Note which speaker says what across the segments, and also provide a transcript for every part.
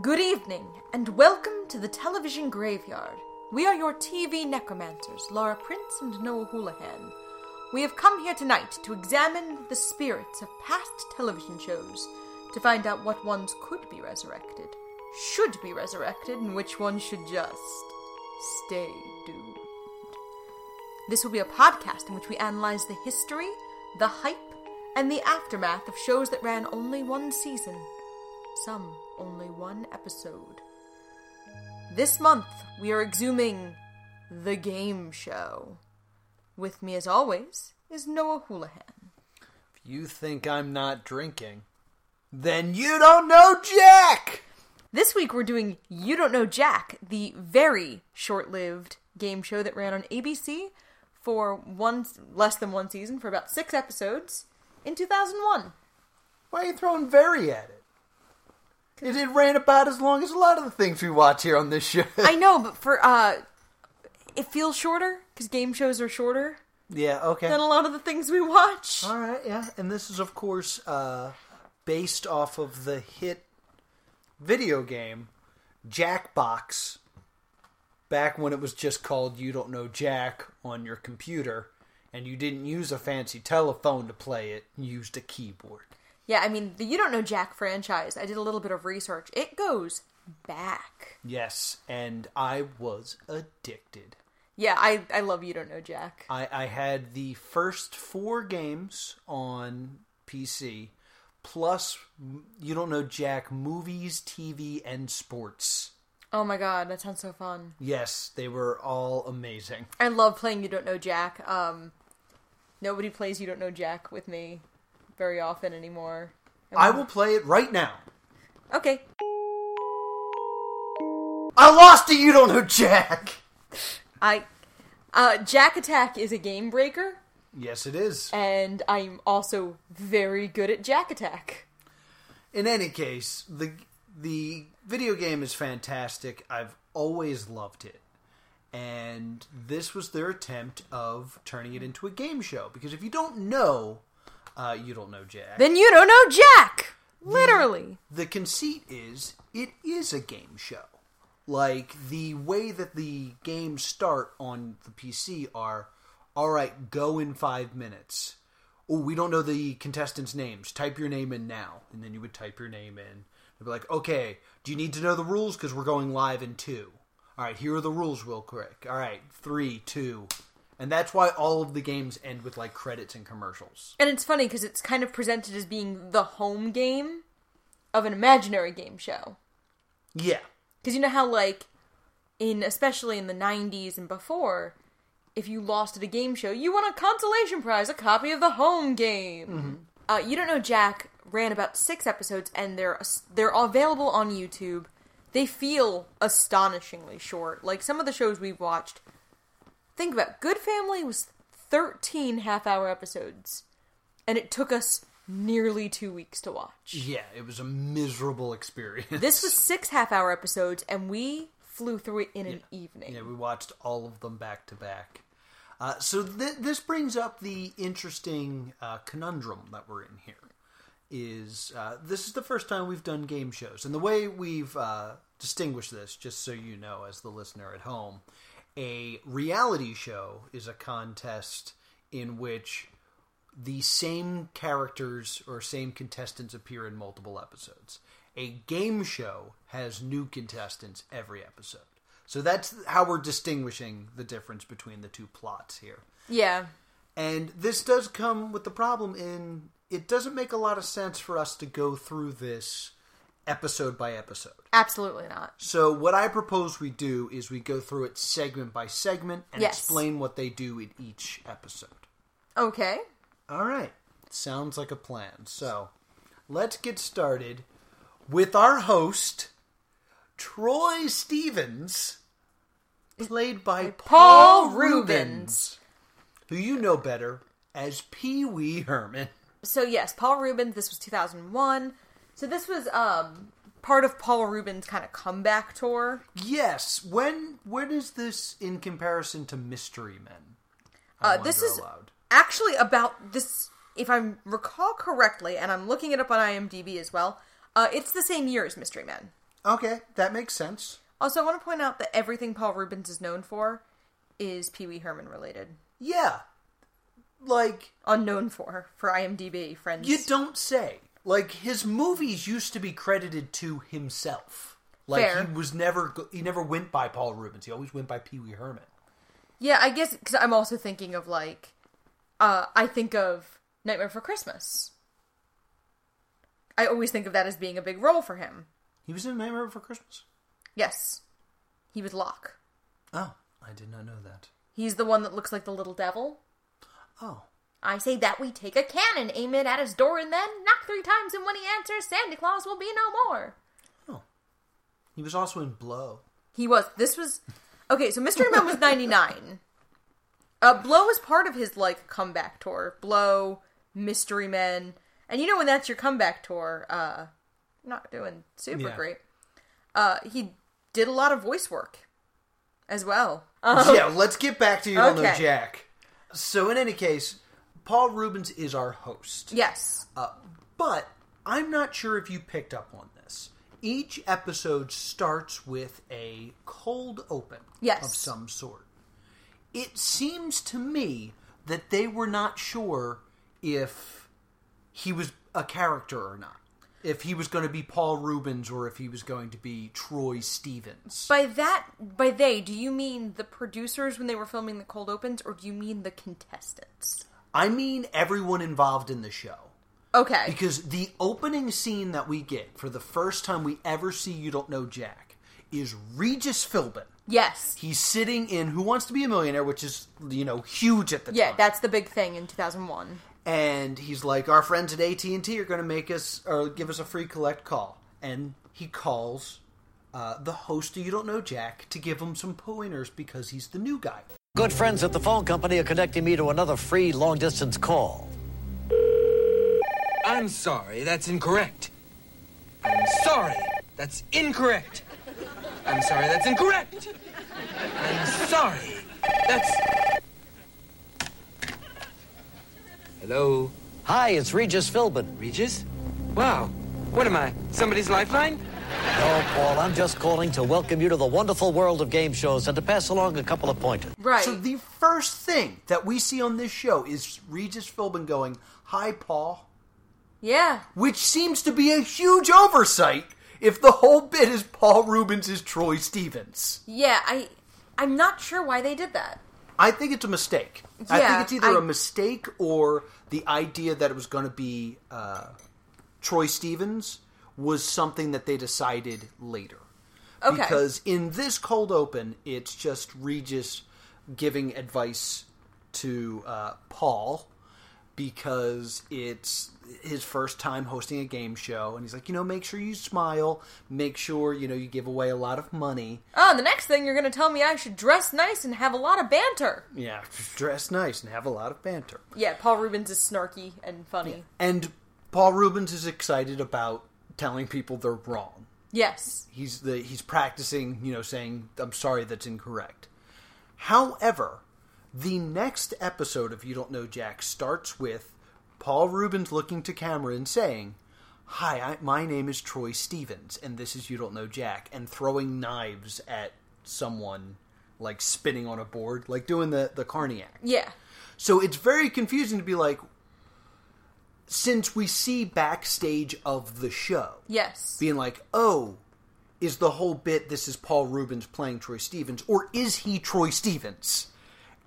Speaker 1: Good evening, and welcome to the Television Graveyard. We are your TV necromancers, Laura Prince and Noah Houlihan. We have come here tonight to examine the spirits of past television shows to find out what ones could be resurrected, should be resurrected, and which ones should just stay doomed. This will be a podcast in which we analyze the history, the hype, and the aftermath of shows that ran only one season, some only one episode. This month, we are exhuming The Game Show. With me, as always, is Noah Houlihan.
Speaker 2: If you think I'm not drinking, then you don't know Jack!
Speaker 1: This week, we're doing You Don't Know Jack, the very short lived game show that ran on ABC for one less than one season for about six episodes in 2001.
Speaker 2: Why are you throwing very at it? It, it ran about as long as a lot of the things we watch here on this show.
Speaker 1: I know, but for uh, it feels shorter because game shows are shorter
Speaker 2: yeah, okay.
Speaker 1: than a lot of the things we watch.
Speaker 2: All right, yeah. And this is, of course, uh, based off of the hit video game Jackbox back when it was just called You Don't Know Jack on your computer, and you didn't use a fancy telephone to play it, you used a keyboard.
Speaker 1: Yeah, I mean, the You Don't Know Jack franchise. I did a little bit of research. It goes back.
Speaker 2: Yes, and I was addicted.
Speaker 1: Yeah, I I love You Don't Know Jack.
Speaker 2: I, I had the first four games on PC, plus you don't know Jack movies, TV, and sports.
Speaker 1: Oh my god, that sounds so fun.
Speaker 2: Yes, they were all amazing.
Speaker 1: I love playing You Don't Know Jack. Um, nobody plays You Don't Know Jack with me very often anymore.
Speaker 2: I will play it right now.
Speaker 1: Okay,
Speaker 2: I lost to you don't know Jack.
Speaker 1: I uh, Jack Attack is a game breaker,
Speaker 2: Yes, it is.
Speaker 1: and I'm also very good at Jack Attack.
Speaker 2: In any case, the the video game is fantastic. I've always loved it. And this was their attempt of turning it into a game show because if you don't know, uh, you don't know Jack.
Speaker 1: Then you don't know Jack. Literally.
Speaker 2: the conceit is it is a game show. Like the way that the games start on the PC are all right, go in 5 minutes. Oh, we don't know the contestants' names. Type your name in now. And then you would type your name in. They'd be like, "Okay, do you need to know the rules cuz we're going live in 2." All right, here are the rules real quick. All right, three, two, And that's why all of the games end with like credits and commercials.
Speaker 1: And it's funny because it's kind of presented as being the home game of an imaginary game show.
Speaker 2: Yeah.
Speaker 1: Because you know how, like, in especially in the 90s and before, if you lost at a game show, you won a consolation prize, a copy of the home game. Uh, you don't know Jack ran about six episodes, and they're they're available on YouTube. They feel astonishingly short. Like some of the shows we've watched. Think about Good Family was 13 half-hour episodes, and it took us nearly two weeks to watch.
Speaker 2: Yeah, it was a miserable experience.
Speaker 1: This was six half hour episodes, and we flew through it in an evening.
Speaker 2: Yeah, we watched all of them back to back. Uh, so th- this brings up the interesting uh, conundrum that we're in here. Is uh, this is the first time we've done game shows, and the way we've uh, distinguished this, just so you know, as the listener at home, a reality show is a contest in which the same characters or same contestants appear in multiple episodes. A game show has new contestants every episode. So that's how we're distinguishing the difference between the two plots here.
Speaker 1: Yeah.
Speaker 2: And this does come with the problem in it doesn't make a lot of sense for us to go through this episode by episode.
Speaker 1: absolutely not.
Speaker 2: So what I propose we do is we go through it segment by segment and
Speaker 1: Yes.
Speaker 2: explain what they do in each episode.
Speaker 1: Okay.
Speaker 2: All right. Sounds like a plan. So let's get started with our host, Troy Stevens, played by
Speaker 1: Paul Rubens.
Speaker 2: Paul, Rubens, who you know better as Pee Wee Herman.
Speaker 1: So yes, Paul Rubens. This was 2001. So this was um part of Paul Rubens' kind of comeback tour.
Speaker 2: Yes. When when is this in comparison to Mystery Men? I
Speaker 1: Uh, this
Speaker 2: wonder
Speaker 1: is
Speaker 2: aloud.
Speaker 1: actually about this. If I recall correctly, and I'm looking it up on IMDb as well, uh, it's the same year as Mystery Men.
Speaker 2: Okay, that makes sense.
Speaker 1: Also, I want to point out that everything Paul Rubens is known for is Pee Wee Herman related.
Speaker 2: Yeah. Like,
Speaker 1: Unknown for, for IMDb, friends.
Speaker 2: you don't say. Like, his movies used to be credited to himself. Like,
Speaker 1: Fair.
Speaker 2: he was never, go- he never went by Paul Rubens. He always went by Pee Wee Herman.
Speaker 1: yeah, I guess, because I'm also thinking of, like, uh, I think of Nightmare for Christmas. I always think of that as being a big role for him.
Speaker 2: He was in Nightmare Before Christmas?
Speaker 1: Yes. He was Locke.
Speaker 2: Oh, I did not know that.
Speaker 1: He's the one that looks like the little devil.
Speaker 2: Oh.
Speaker 1: I say that we take a cannon, aim it at his door, and then knock three times, and when he answers, Santa Claus will be no more.
Speaker 2: oh. He was also in Blow.
Speaker 1: He was. This was. Okay, so Mystery Man was 99. Uh, Blow was part of his, like, comeback tour. Blow, Mystery Men. And you know when that's your comeback tour, uh, not doing super
Speaker 2: Yeah.
Speaker 1: great. Uh, he did a lot of voice work as well. Uh,
Speaker 2: yeah, let's get back to you don't know
Speaker 1: Okay.
Speaker 2: Jack. So in any case, Paul Rubens is our host.
Speaker 1: yes.
Speaker 2: Uh, but I'm not sure if you picked up on this. Each episode starts with a cold open
Speaker 1: Yes.
Speaker 2: of some sort. It seems to me that they were not sure if he was a character or not. If he was going to be Paul Rubens or if he was going to be Troy Stevens.
Speaker 1: By that, by they, do you mean the producers when they were filming the cold opens, or do you mean the contestants?
Speaker 2: I mean everyone involved in the show.
Speaker 1: Okay.
Speaker 2: Because the opening scene that we get for the first time we ever see You Don't Know Jack is Regis Philbin.
Speaker 1: yes.
Speaker 2: He's sitting in Who Wants to Be a Millionaire, which is, you know, huge at the
Speaker 1: Yeah,
Speaker 2: time.
Speaker 1: that's the big thing in 2001.
Speaker 2: and he's like, our friends at AT&T are going to make us, or give us a free collect call. And he calls uh, the host of You Don't Know Jack to give him some pointers because he's the new guy.
Speaker 3: Good friends at the phone company are connecting me to another free long distance call.
Speaker 4: I'm sorry, that's incorrect. I'm sorry, that's incorrect. I'm sorry, that's incorrect. I'm sorry, that's. Hello,
Speaker 3: Hi, it's Regis Philbin.
Speaker 4: Regis? Wow, what am I? Somebody's lifeline?
Speaker 3: No, Paul, I'm just calling to welcome you to the wonderful world of game shows and to pass along a couple of pointers.
Speaker 1: Right.
Speaker 2: So the first thing that we see on this show is Regis Philbin going, hi, Paul.
Speaker 1: yeah.
Speaker 2: which seems to be a huge oversight if the whole bit is Paul Rubens is Troy Stevens.
Speaker 1: Yeah, I I'm not sure why they did that.
Speaker 2: I think it's a mistake. I
Speaker 1: Yeah,
Speaker 2: think it's either a
Speaker 1: I-
Speaker 2: mistake or the idea that it was going to be uh, Troy Stevens was something that they decided later.
Speaker 1: Okay.
Speaker 2: Because in this cold open, it's just Regis giving advice to uh, Paul because it's his first time hosting a game show, and he's like, you know, make sure you smile, make sure you know you give away a lot of money.
Speaker 1: Oh, the next thing you're going to tell me I should dress nice and have a lot of banter.
Speaker 2: Yeah, dress nice and have a lot of banter.
Speaker 1: Yeah, Paul Rubens is snarky and funny.
Speaker 2: And Paul Rubens is excited about telling people they're wrong.
Speaker 1: Yes.
Speaker 2: He's the he's practicing, you know, saying I'm sorry that's incorrect. However, the next episode of You Don't Know Jack starts with Paul Rubens looking to camera and saying, "Hi, I, my name is Troy Stevens, and this is You Don't Know Jack," and throwing knives at someone, like spinning on a board, like doing the the Carney act.
Speaker 1: Yeah.
Speaker 2: So it's very confusing to be like, since we see backstage of the show,
Speaker 1: Yes.
Speaker 2: being like, oh, is the whole bit this is Paul Rubens playing Troy Stevens, or is he Troy Stevens?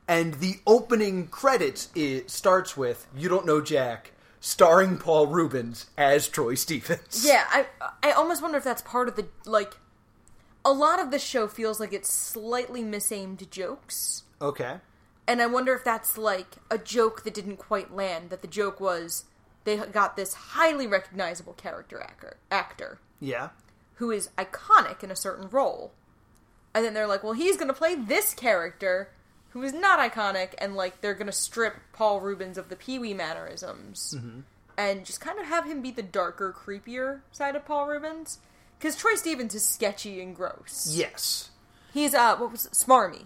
Speaker 2: And the opening credits it starts with "You Don't Know Jack," starring Paul Rubens as Troy Stevens.
Speaker 1: Yeah, I I almost wonder if that's part of the like a lot of the show feels like it's slightly misaimed jokes.
Speaker 2: Okay.
Speaker 1: And I wonder if that's like a joke that didn't quite land that the joke was they got this highly recognizable character actor, actor
Speaker 2: Yeah.
Speaker 1: who is iconic in a certain role. And then they're like, well, he's going to play this character who is not iconic, and like they're going to strip Paul Rubens of the Pee Wee mannerisms
Speaker 2: Mm-hmm.
Speaker 1: and just kind of have him be the darker, creepier side of Paul Rubens. Because Troy Stevens is sketchy and gross.
Speaker 2: Yes.
Speaker 1: He's, uh, what was it? Smarmy.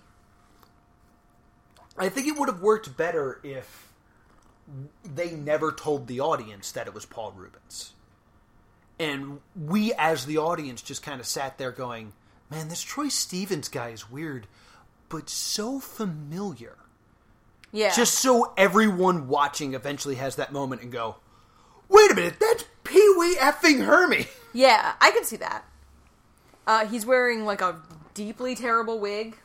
Speaker 2: I think it would have worked better if they never told the audience that it was Paul Rubens. and we as the audience just kind of sat there going, "Man, this Troy Stevens guy is weird, but so familiar."
Speaker 1: Yeah.
Speaker 2: Just so everyone watching eventually has that moment and go, "Wait a minute, that's Pee Wee effing Hermie."
Speaker 1: Yeah, I can see that. Uh, he's wearing like a deeply terrible wig.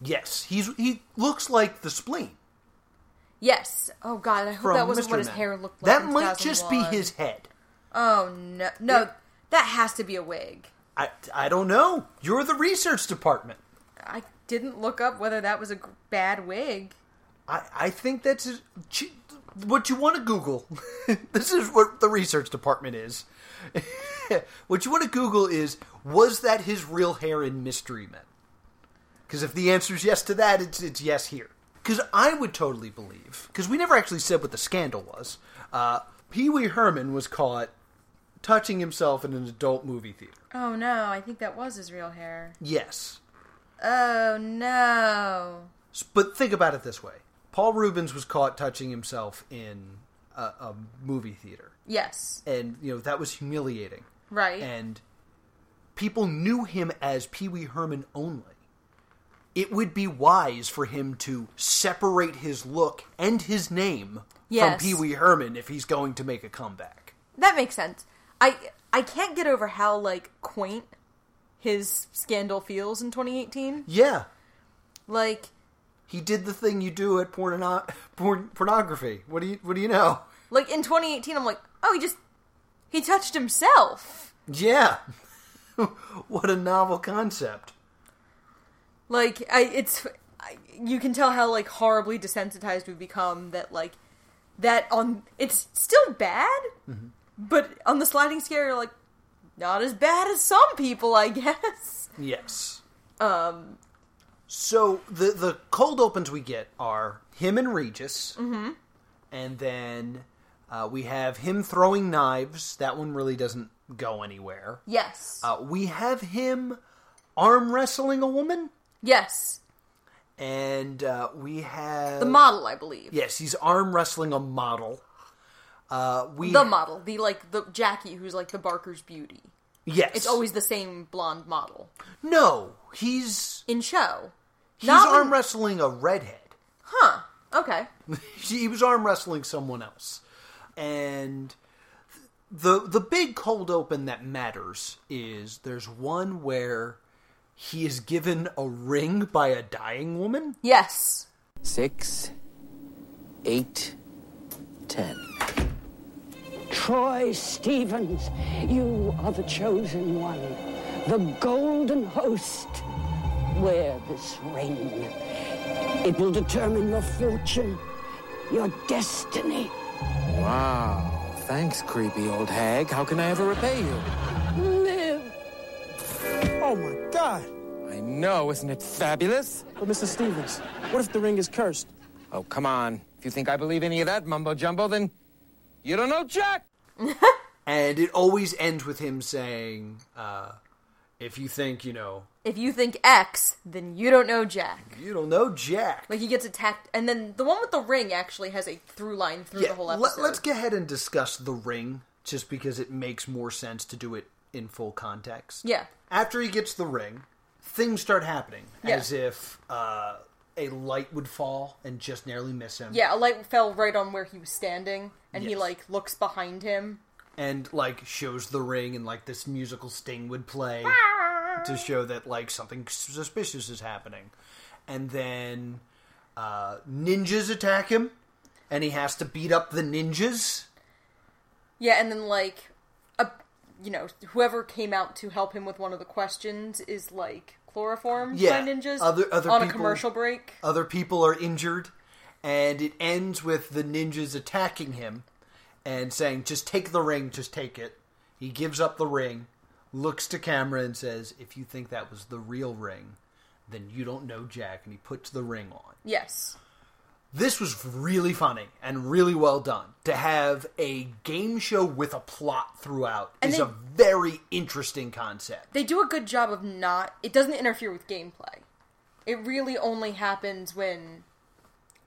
Speaker 2: Yes, he's he looks like the spleen
Speaker 1: Yes. Oh god, I hope
Speaker 2: from
Speaker 1: that wasn't
Speaker 2: Mr.
Speaker 1: what his
Speaker 2: Men.
Speaker 1: hair looked like.
Speaker 2: That
Speaker 1: in
Speaker 2: might just be
Speaker 1: 2001.
Speaker 2: his head.
Speaker 1: Oh no, no, that has to be a wig.
Speaker 2: I I don't know. You're the research department.
Speaker 1: I didn't look up whether that was a gr- bad wig.
Speaker 2: I, I think that's a- ch- what you want to Google. this is what the research department is. what you want to Google is was that his real hair in Mystery Men? Because if the answer is yes to that, it's it's yes here. Because I would totally believe. Because we never actually said what the scandal was. Uh, Pee Wee Herman was caught touching himself in an adult movie theater.
Speaker 1: Oh no, I think that was his real hair.
Speaker 2: Yes,
Speaker 1: Oh no.
Speaker 2: But think about it this way: Paul Rubens was caught touching himself in a, a movie theater,
Speaker 1: Yes.
Speaker 2: and you know that was humiliating.
Speaker 1: Right.
Speaker 2: And people knew him as Pee Wee Herman only. It would be wise for him to separate his look and his name
Speaker 1: Yes.
Speaker 2: from Pee Wee Herman if he's going to make a comeback.
Speaker 1: That makes sense. I I can't get over how like quaint his scandal feels in 2018.
Speaker 2: Yeah,
Speaker 1: Like
Speaker 2: he did the thing you do at porno- porn- pornography. What do you What do you know?
Speaker 1: like in 2018 I'm like, "Oh, he just he touched himself."
Speaker 2: Yeah, what a novel concept.
Speaker 1: Like I it's I, you can tell how like horribly desensitized we've become that like that on it's still bad, but on the sliding scale you're like not as bad as some people, I guess.
Speaker 2: Yes.
Speaker 1: Um
Speaker 2: So the the cold opens we get are him and Regis, mm-hmm. and then uh, we have him throwing knives. That one really doesn't go anywhere.
Speaker 1: yes.
Speaker 2: Uh, we have him arm wrestling a woman,
Speaker 1: yes.
Speaker 2: and uh, we have
Speaker 1: The model, I believe.
Speaker 2: yes, he's arm wrestling a model. Uh, we
Speaker 1: the model the like the jackie who's like the barker's beauty
Speaker 2: yes,
Speaker 1: it's always the same blonde model
Speaker 2: no. He's
Speaker 1: in show
Speaker 2: he's
Speaker 1: Not when-
Speaker 2: arm wrestling a redhead.
Speaker 1: huh okay
Speaker 2: She- he was arm wrestling someone else and the the big cold open that matters is there's one where he is given a ring by a dying woman
Speaker 1: yes
Speaker 5: six, eight, ten. Troy Stevens, you are the chosen one, the golden host. Wear this ring. It will determine your fortune, your destiny.
Speaker 6: Wow. Thanks, creepy old hag. How can I ever repay you?
Speaker 5: Live.
Speaker 7: Oh my God!
Speaker 6: I know, isn't it fabulous?
Speaker 7: But Mr. Stevens, what if the ring is cursed?
Speaker 6: Oh, come on. If you think I believe any of that mumbo jumbo, then you don't know Jack.
Speaker 2: and it always ends with him saying uh, if you think you know
Speaker 1: if you think x then you don't know jack
Speaker 2: you don't know jack
Speaker 1: like he gets attacked and then the one with the ring actually has a through line through the whole episode
Speaker 2: Let, us go ahead and discuss the ring, just because it makes more sense to do it in full context.
Speaker 1: Yeah.
Speaker 2: After he gets the ring, things start happening
Speaker 1: Yeah.
Speaker 2: as if uh, a light would fall and just narrowly miss him.
Speaker 1: yeah a light fell right on where he was standing and he
Speaker 2: Yes.
Speaker 1: like looks behind him
Speaker 2: And like shows the ring, and like this musical sting would play to show that like something suspicious is happening. And then uh, ninjas attack him, and he has to beat up the ninjas.
Speaker 1: yeah and then like a you know whoever came out to help him with one of the questions is like chloroform
Speaker 2: Yeah,
Speaker 1: by ninjas
Speaker 2: other- other
Speaker 1: on a
Speaker 2: people-
Speaker 1: commercial break
Speaker 2: other people are injured and it ends with the ninjas attacking him and saying just take the ring just take it he gives up the ring looks to camera and says if you think that was the real ring then you don't know jack and he puts the ring on
Speaker 1: yes
Speaker 2: this was really funny and really well done to have a game show with a plot throughout
Speaker 1: And
Speaker 2: is
Speaker 1: they-
Speaker 2: a very interesting concept
Speaker 1: they do a good job of not it doesn't interfere with gameplay it really only happens when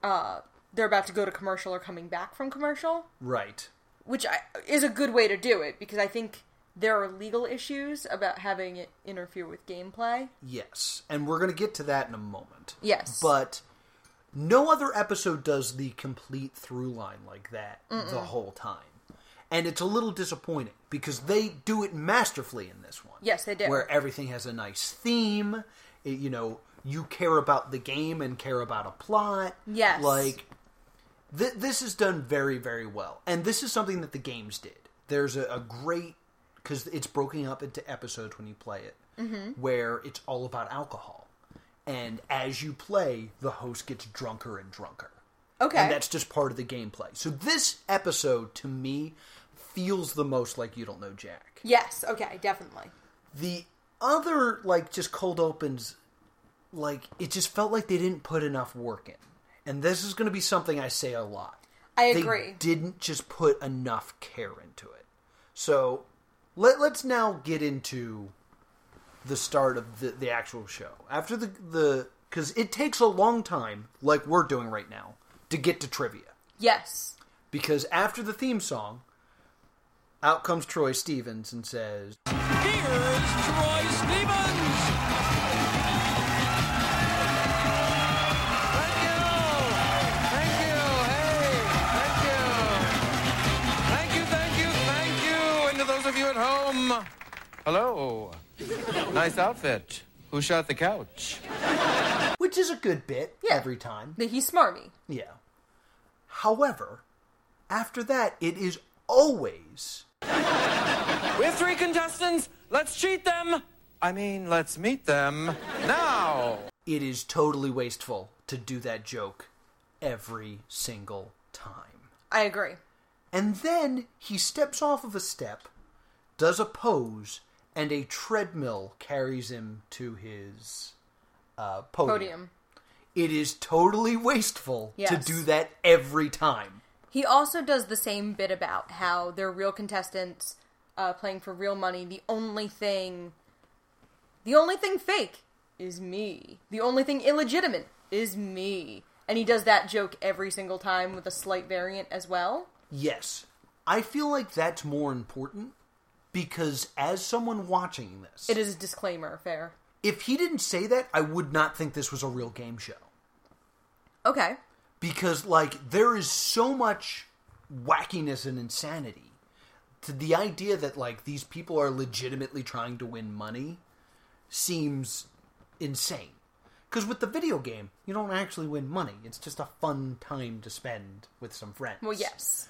Speaker 1: uh they're about to go to commercial or coming back from commercial
Speaker 2: right
Speaker 1: which I, is a good way to do it because i think there are legal issues about having it interfere with gameplay.
Speaker 2: Yes, and we're going to get to that in a moment.
Speaker 1: Yes.
Speaker 2: But no other episode does the complete through line like that the whole time. And it's a little disappointing because they do it masterfully in this one.
Speaker 1: Yes, they do.
Speaker 2: Where everything has a nice theme, it, you know, you care about the game and care about a plot.
Speaker 1: Yes.
Speaker 2: Like th- this is done very very well and this is something that the games did there's a, a great because it's broken up into episodes when you play it
Speaker 1: Mm-hmm.
Speaker 2: where it's all about alcohol and as you play the host gets drunker and drunker
Speaker 1: Okay.
Speaker 2: and that's just part of the gameplay so this episode to me feels the most like you don't know jack
Speaker 1: yes. Okay. Definitely.
Speaker 2: the other like just cold opens like it just felt like they didn't put enough work in and this is going to be something i say a lot
Speaker 1: I
Speaker 2: they
Speaker 1: agree.
Speaker 2: didn't just put enough care into it so let, let's now get into the start of the, the actual show after the the because it takes a long time like we're doing right now to get to trivia
Speaker 1: yes.
Speaker 2: because after the theme song out comes troy stevens and says
Speaker 8: Here's Troy Stevens.
Speaker 6: Thank you. Thank you. Hey. Thank you. Thank you. Thank you. Thank you. And to those of you at home, hello. Nice outfit. Who shot the couch?
Speaker 2: which is a good bit
Speaker 1: Yeah.
Speaker 2: every time.
Speaker 1: That he's smarmy.
Speaker 2: Yeah. However, after that, it is always
Speaker 6: We have three contestants. Let's cheat them. I mean, let's meet them now.
Speaker 2: it is totally wasteful to do that joke every single time.
Speaker 1: I agree.
Speaker 2: And then he steps off of a step, does a pose, and a treadmill carries him to his uh, podium.
Speaker 1: Podium.
Speaker 2: It is totally wasteful to
Speaker 1: Yes.
Speaker 2: do that every time.
Speaker 1: He also does the same bit about how they're real contestants uh, playing for real money. The only thing, the only thing fake is me. The only thing illegitimate is me. And he does that joke every single time with a slight variant as well.
Speaker 2: Yes. I feel like that's more important because as someone watching this,
Speaker 1: It is a disclaimer, fair.
Speaker 2: if he didn't say that, I would not think this was a real game show.
Speaker 1: Okay.
Speaker 2: Because like there is so much wackiness and insanity to the idea that like these people are legitimately trying to win money seems insane. Cuz with the video game, you don't actually win money. It's just a fun time to spend with some friends.
Speaker 1: Well, yes.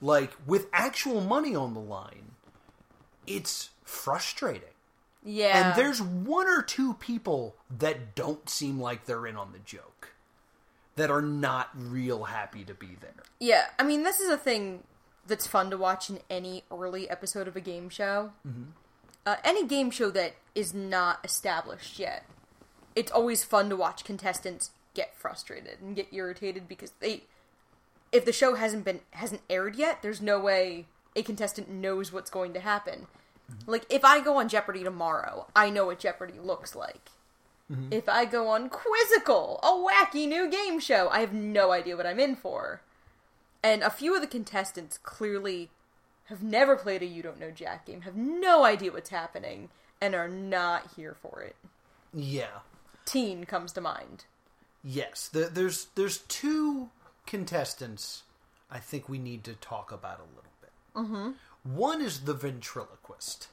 Speaker 2: like with actual money on the line, it's frustrating.
Speaker 1: Yeah.
Speaker 2: And there's one or two people that don't seem like they're in on the joke, that are not real happy to be there.
Speaker 1: Yeah, I mean, this is a thing that's fun to watch in any early episode of a game show. Mm-hmm. Uh, any game show that is not established yet. It's always fun to watch contestants get frustrated and get irritated because they, if the show hasn't been hasn't aired yet, there's no way a contestant knows what's going to happen. Like if I go on Jeopardy tomorrow, I know what Jeopardy looks like. If I go on Quizzical, a wacky new game show, I have no idea what I'm in for. And a few of the contestants clearly have never played a You Don't Know Jack game, have no idea what's happening, and are not here for it.
Speaker 2: Yeah.
Speaker 1: Teen comes to mind.
Speaker 2: Yes. There, there's there's two contestants I think we need to talk about a little bit. Mm-hmm. One is the ventriloquist.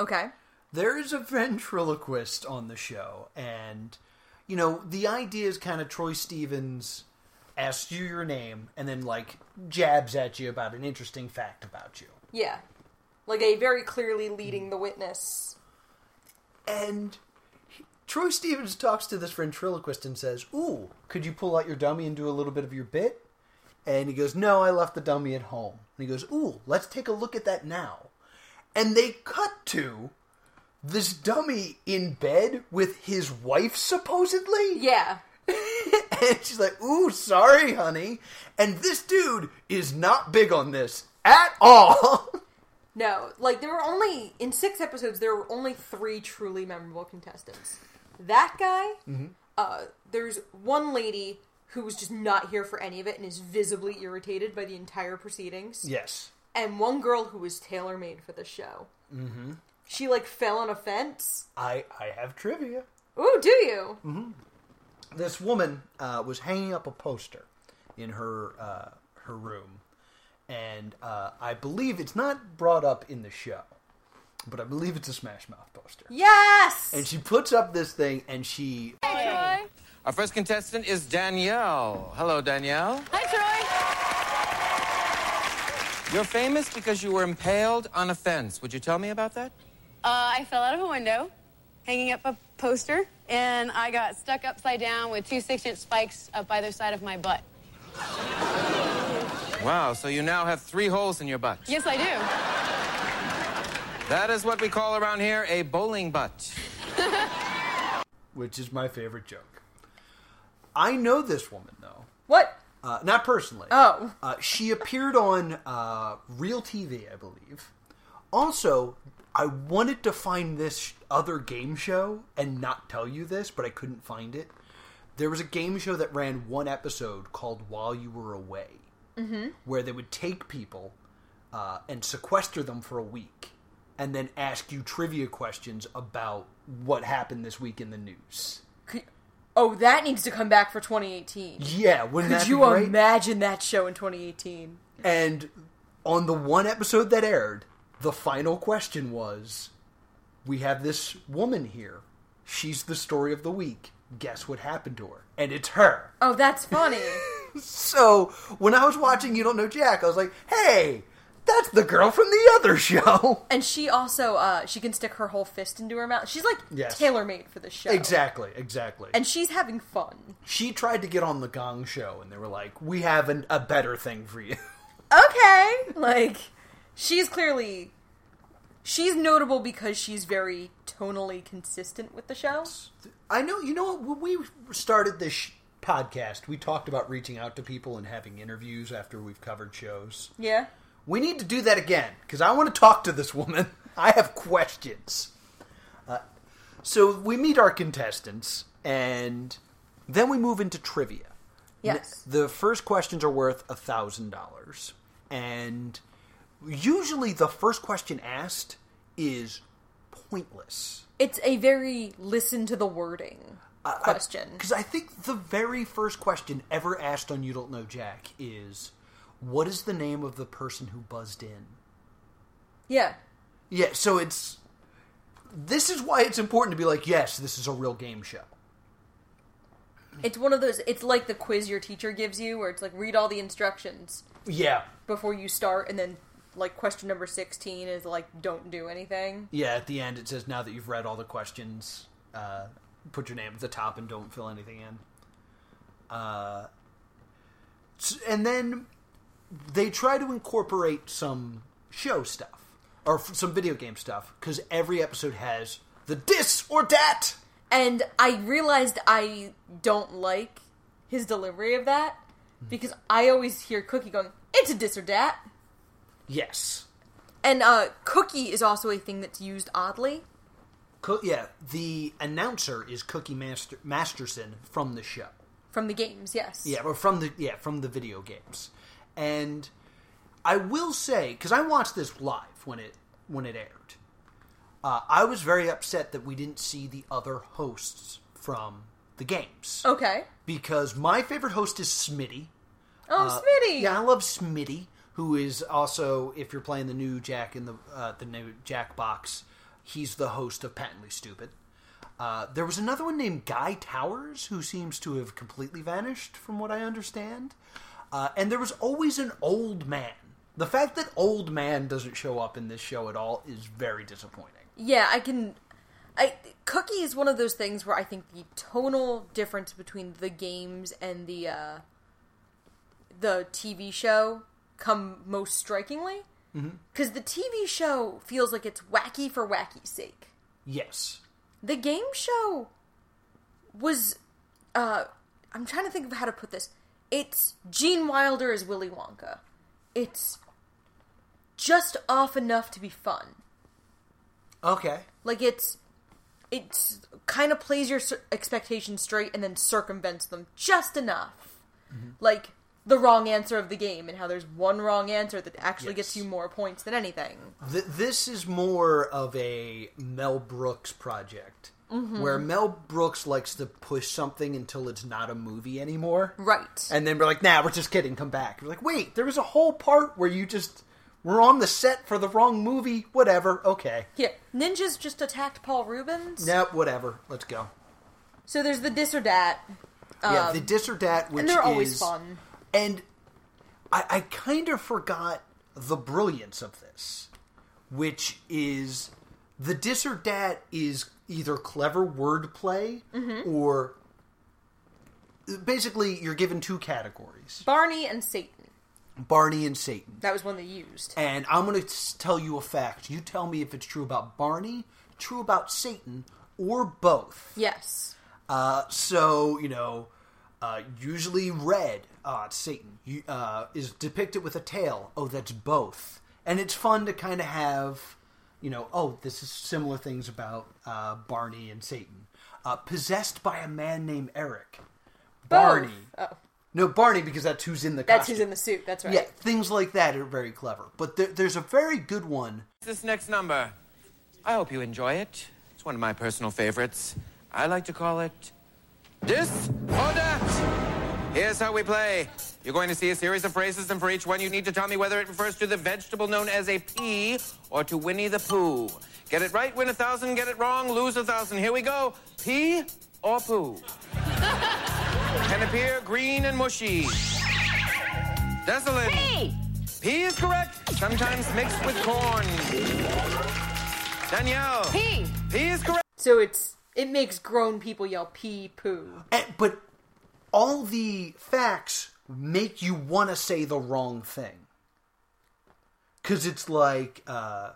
Speaker 1: Okay.
Speaker 2: there is a ventriloquist on the show, and you know the idea is kind of Troy Stevens asks you your name and then like jabs at you about an interesting fact about you,
Speaker 1: Yeah. Like a very clearly leading the witness.
Speaker 2: and he- Troy Stevens talks to this ventriloquist and says, "Ooh, could you pull out your dummy and do a little bit of your bit?" And he goes, "No, I left the dummy at home." And he goes, "Ooh, let's take a look at that now." And they cut to this dummy in bed with his wife supposedly.
Speaker 1: Yeah.
Speaker 2: and she's like, "Ooh, sorry, honey." And this dude is not big on this at all.
Speaker 1: No, like there were only, in six episodes, there were only three truly memorable contestants. That guy, uh, there's one lady who was just not here for any of it and is visibly irritated by the entire proceedings.
Speaker 2: yes.
Speaker 1: and one girl who was tailor made for the show,
Speaker 2: Mm-hmm.
Speaker 1: She like fell on a fence.
Speaker 2: I I have trivia.
Speaker 1: Ooh, do you?
Speaker 2: Mm-hmm. This woman uh, was hanging up a poster in her uh, her room, and uh, I believe it's not brought up in the show, but I believe it's a Smash Mouth poster.
Speaker 1: Yes.
Speaker 2: And she puts up this thing, and she
Speaker 9: Hi, Troy.
Speaker 6: Our first contestant is Danielle. Hello, Danielle.
Speaker 9: Hi, Troy.
Speaker 6: You're famous because you were impaled on a fence. Would you tell me about that?
Speaker 9: Uh, I fell out of a window, hanging up a poster, and I got stuck upside down with two six-inch spikes up either side of my butt.
Speaker 6: Wow, so you now have three holes in your butt.
Speaker 9: Yes, I do.
Speaker 6: That is what we call around here a bowling butt.
Speaker 2: which is my favorite joke. I know this woman though,
Speaker 1: what?
Speaker 2: uh, not personally.
Speaker 1: Oh.
Speaker 2: uh, she appeared on uh, Real TV, I believe. Also, I wanted to find this other game show and not tell you this, but I couldn't find it. There was a game show that ran one episode called "While You Were Away,"
Speaker 1: Mm-hmm.
Speaker 2: where they would take people uh, and sequester them for a week, and then ask you trivia questions about what happened this week in the news.
Speaker 1: Could- oh, that needs to come back for 2018.
Speaker 2: Yeah, wouldn't
Speaker 1: Could
Speaker 2: that
Speaker 1: you
Speaker 2: be great?
Speaker 1: imagine that show in 2018?
Speaker 2: And on the one episode that aired, the final question was We have this woman here. She's the story of the week. Guess what happened to her? And it's her.
Speaker 1: Oh, that's funny.
Speaker 2: So when I was watching You Don't Know Jack, I was like, hey, that's the girl from the other show.
Speaker 1: and she also uh, she can stick her whole fist into her mouth. She's like
Speaker 2: Yes.
Speaker 1: tailor made for the show.
Speaker 2: Exactly, exactly.
Speaker 1: And she's having fun.
Speaker 2: she tried to get on the Gong Show, and they were like, we have an, a better thing for you.
Speaker 1: Okay, like she's clearly she's notable because she's very tonally consistent with the show.
Speaker 2: I know. You know what? When we started this sh- podcast, we talked about reaching out to people and having interviews after we've covered shows.
Speaker 1: Yeah.
Speaker 2: We need to do that again because I want to talk to this woman. I have questions. Uh, so we meet our contestants, and then we move into trivia.
Speaker 1: Yes.
Speaker 2: The first questions are worth a thousand dollars, and usually the first question asked is pointless.
Speaker 1: It's a very listen to the wording question.
Speaker 2: Because I think the very first question ever asked on You Don't Know Jack is, "What is the name of the person who buzzed in?"
Speaker 1: yeah.
Speaker 2: Yeah, so it's this is why it's important to be like, "Yes, this is a real game show."
Speaker 1: It's one of those it's like the quiz your teacher gives you where it's like read all the instructions
Speaker 2: Yeah,
Speaker 1: before you start and then like question number 16 is like don't do anything.
Speaker 2: yeah. At the end, it says, "Now that you've read all the questions, uh, put your name at the top and don't fill anything in." Uh, s- and then they try to incorporate some show stuff or f- some video game stuff because every episode has the dis or dat.
Speaker 1: And I realized I don't like his delivery of that because I always hear Cookie going, "It's a dis or dat,"
Speaker 2: Yes.
Speaker 1: and uh, Cookie is also a thing that's used oddly.
Speaker 2: Co- yeah, the announcer is Cookie Master- Masterson from the show.
Speaker 1: From the games, yes.
Speaker 2: Yeah, or from the yeah from the video games, and I will say because I watched this live when it when it aired, uh, I was very upset that we didn't see the other hosts from the games
Speaker 1: Okay.
Speaker 2: because my favorite host is Smitty.
Speaker 1: Oh, Smitty.
Speaker 2: Uh, Yeah, I love Smitty, who is also if you're playing the new Jack in the uh, the new Jack box, he's the host of Patently Stupid. Uh, there was another one named Guy Towers who seems to have completely vanished, from what I understand. Uh, and there was always an old man. The fact that old man doesn't show up in this show at all is very disappointing.
Speaker 1: Yeah, I can. I Cookie is one of those things where I think the tonal difference between the games and the uh, the TV show come most strikingly because the TV show feels like it's wacky for wacky's sake.
Speaker 2: Yes,
Speaker 1: The game show was. Uh, I'm trying to think of how to put this. It's Gene Wilder as Willy Wonka. It's just off enough to be fun.
Speaker 2: okay,
Speaker 1: Like it's it's kind of
Speaker 2: Mm-hmm.
Speaker 1: plays your cer- expectations straight and then circumvents them just enough. Like the wrong answer of the game and how there's one wrong answer that actually gets
Speaker 2: Yes. Uh-huh.
Speaker 1: you more points than anything.
Speaker 2: Th- this is more of a Mel Brooks project,
Speaker 1: Mm-hmm.
Speaker 2: where Mel Brooks likes to push something until it's not a movie anymore.
Speaker 1: Right.
Speaker 2: And then we're like, nah, we're just kidding, come back. We're like, wait, there was a whole part where you just were on the set for the wrong movie, whatever, okay.
Speaker 1: yeah. Ninjas just attacked Paul Rubens.
Speaker 2: Nope, whatever, let's go.
Speaker 1: So there's the this or that.
Speaker 2: yeah,
Speaker 1: Um,
Speaker 2: the dis or dat, which
Speaker 1: and they're always
Speaker 2: is-
Speaker 1: fun.
Speaker 2: And I, I kind of forgot the brilliance of this, which is the dis or dat is either clever wordplay or basically you're given two categories
Speaker 1: Barney and Satan.
Speaker 2: Barney and Satan.
Speaker 1: That was one they used.
Speaker 2: And I'm going to tell you a fact. You tell me if it's true about Barney, true about Satan, or both.
Speaker 1: yes.
Speaker 2: Uh, so you know, uh, usually red, uh, it's Satan you, uh, is depicted with a tail. Oh, that's both, and it's fun to kind of have, you know, oh, this is similar things about uh, Barney and Satan. Uh, possessed by a man named Eric, Barney.
Speaker 1: Both. Oh,
Speaker 2: No, Barney because that's who's in the
Speaker 1: that's
Speaker 2: costume.
Speaker 1: who's in the suit. That's right.
Speaker 2: yeah, things like that are very clever. But there, there's a very good one.
Speaker 6: This next number. I hope you enjoy it. It's one of my personal favorites. I like to call it This or That. Here's how we play. You're going to see a series of phrases, and for each one, you need to tell me whether it refers to the vegetable known as a pea or to Winnie the Pooh. Get it right, win a thousand. Get it wrong, lose a thousand. Here we go. Pea or poo? Can appear green and mushy. Desolate.
Speaker 9: Hey!
Speaker 6: Pea is correct, sometimes mixed with corn. Danielle.
Speaker 9: Pee!
Speaker 6: Pea is correct.
Speaker 1: So it's it makes grown people yell pee poo.
Speaker 2: And- but all the facts make you want to say the wrong thing because it's like uh,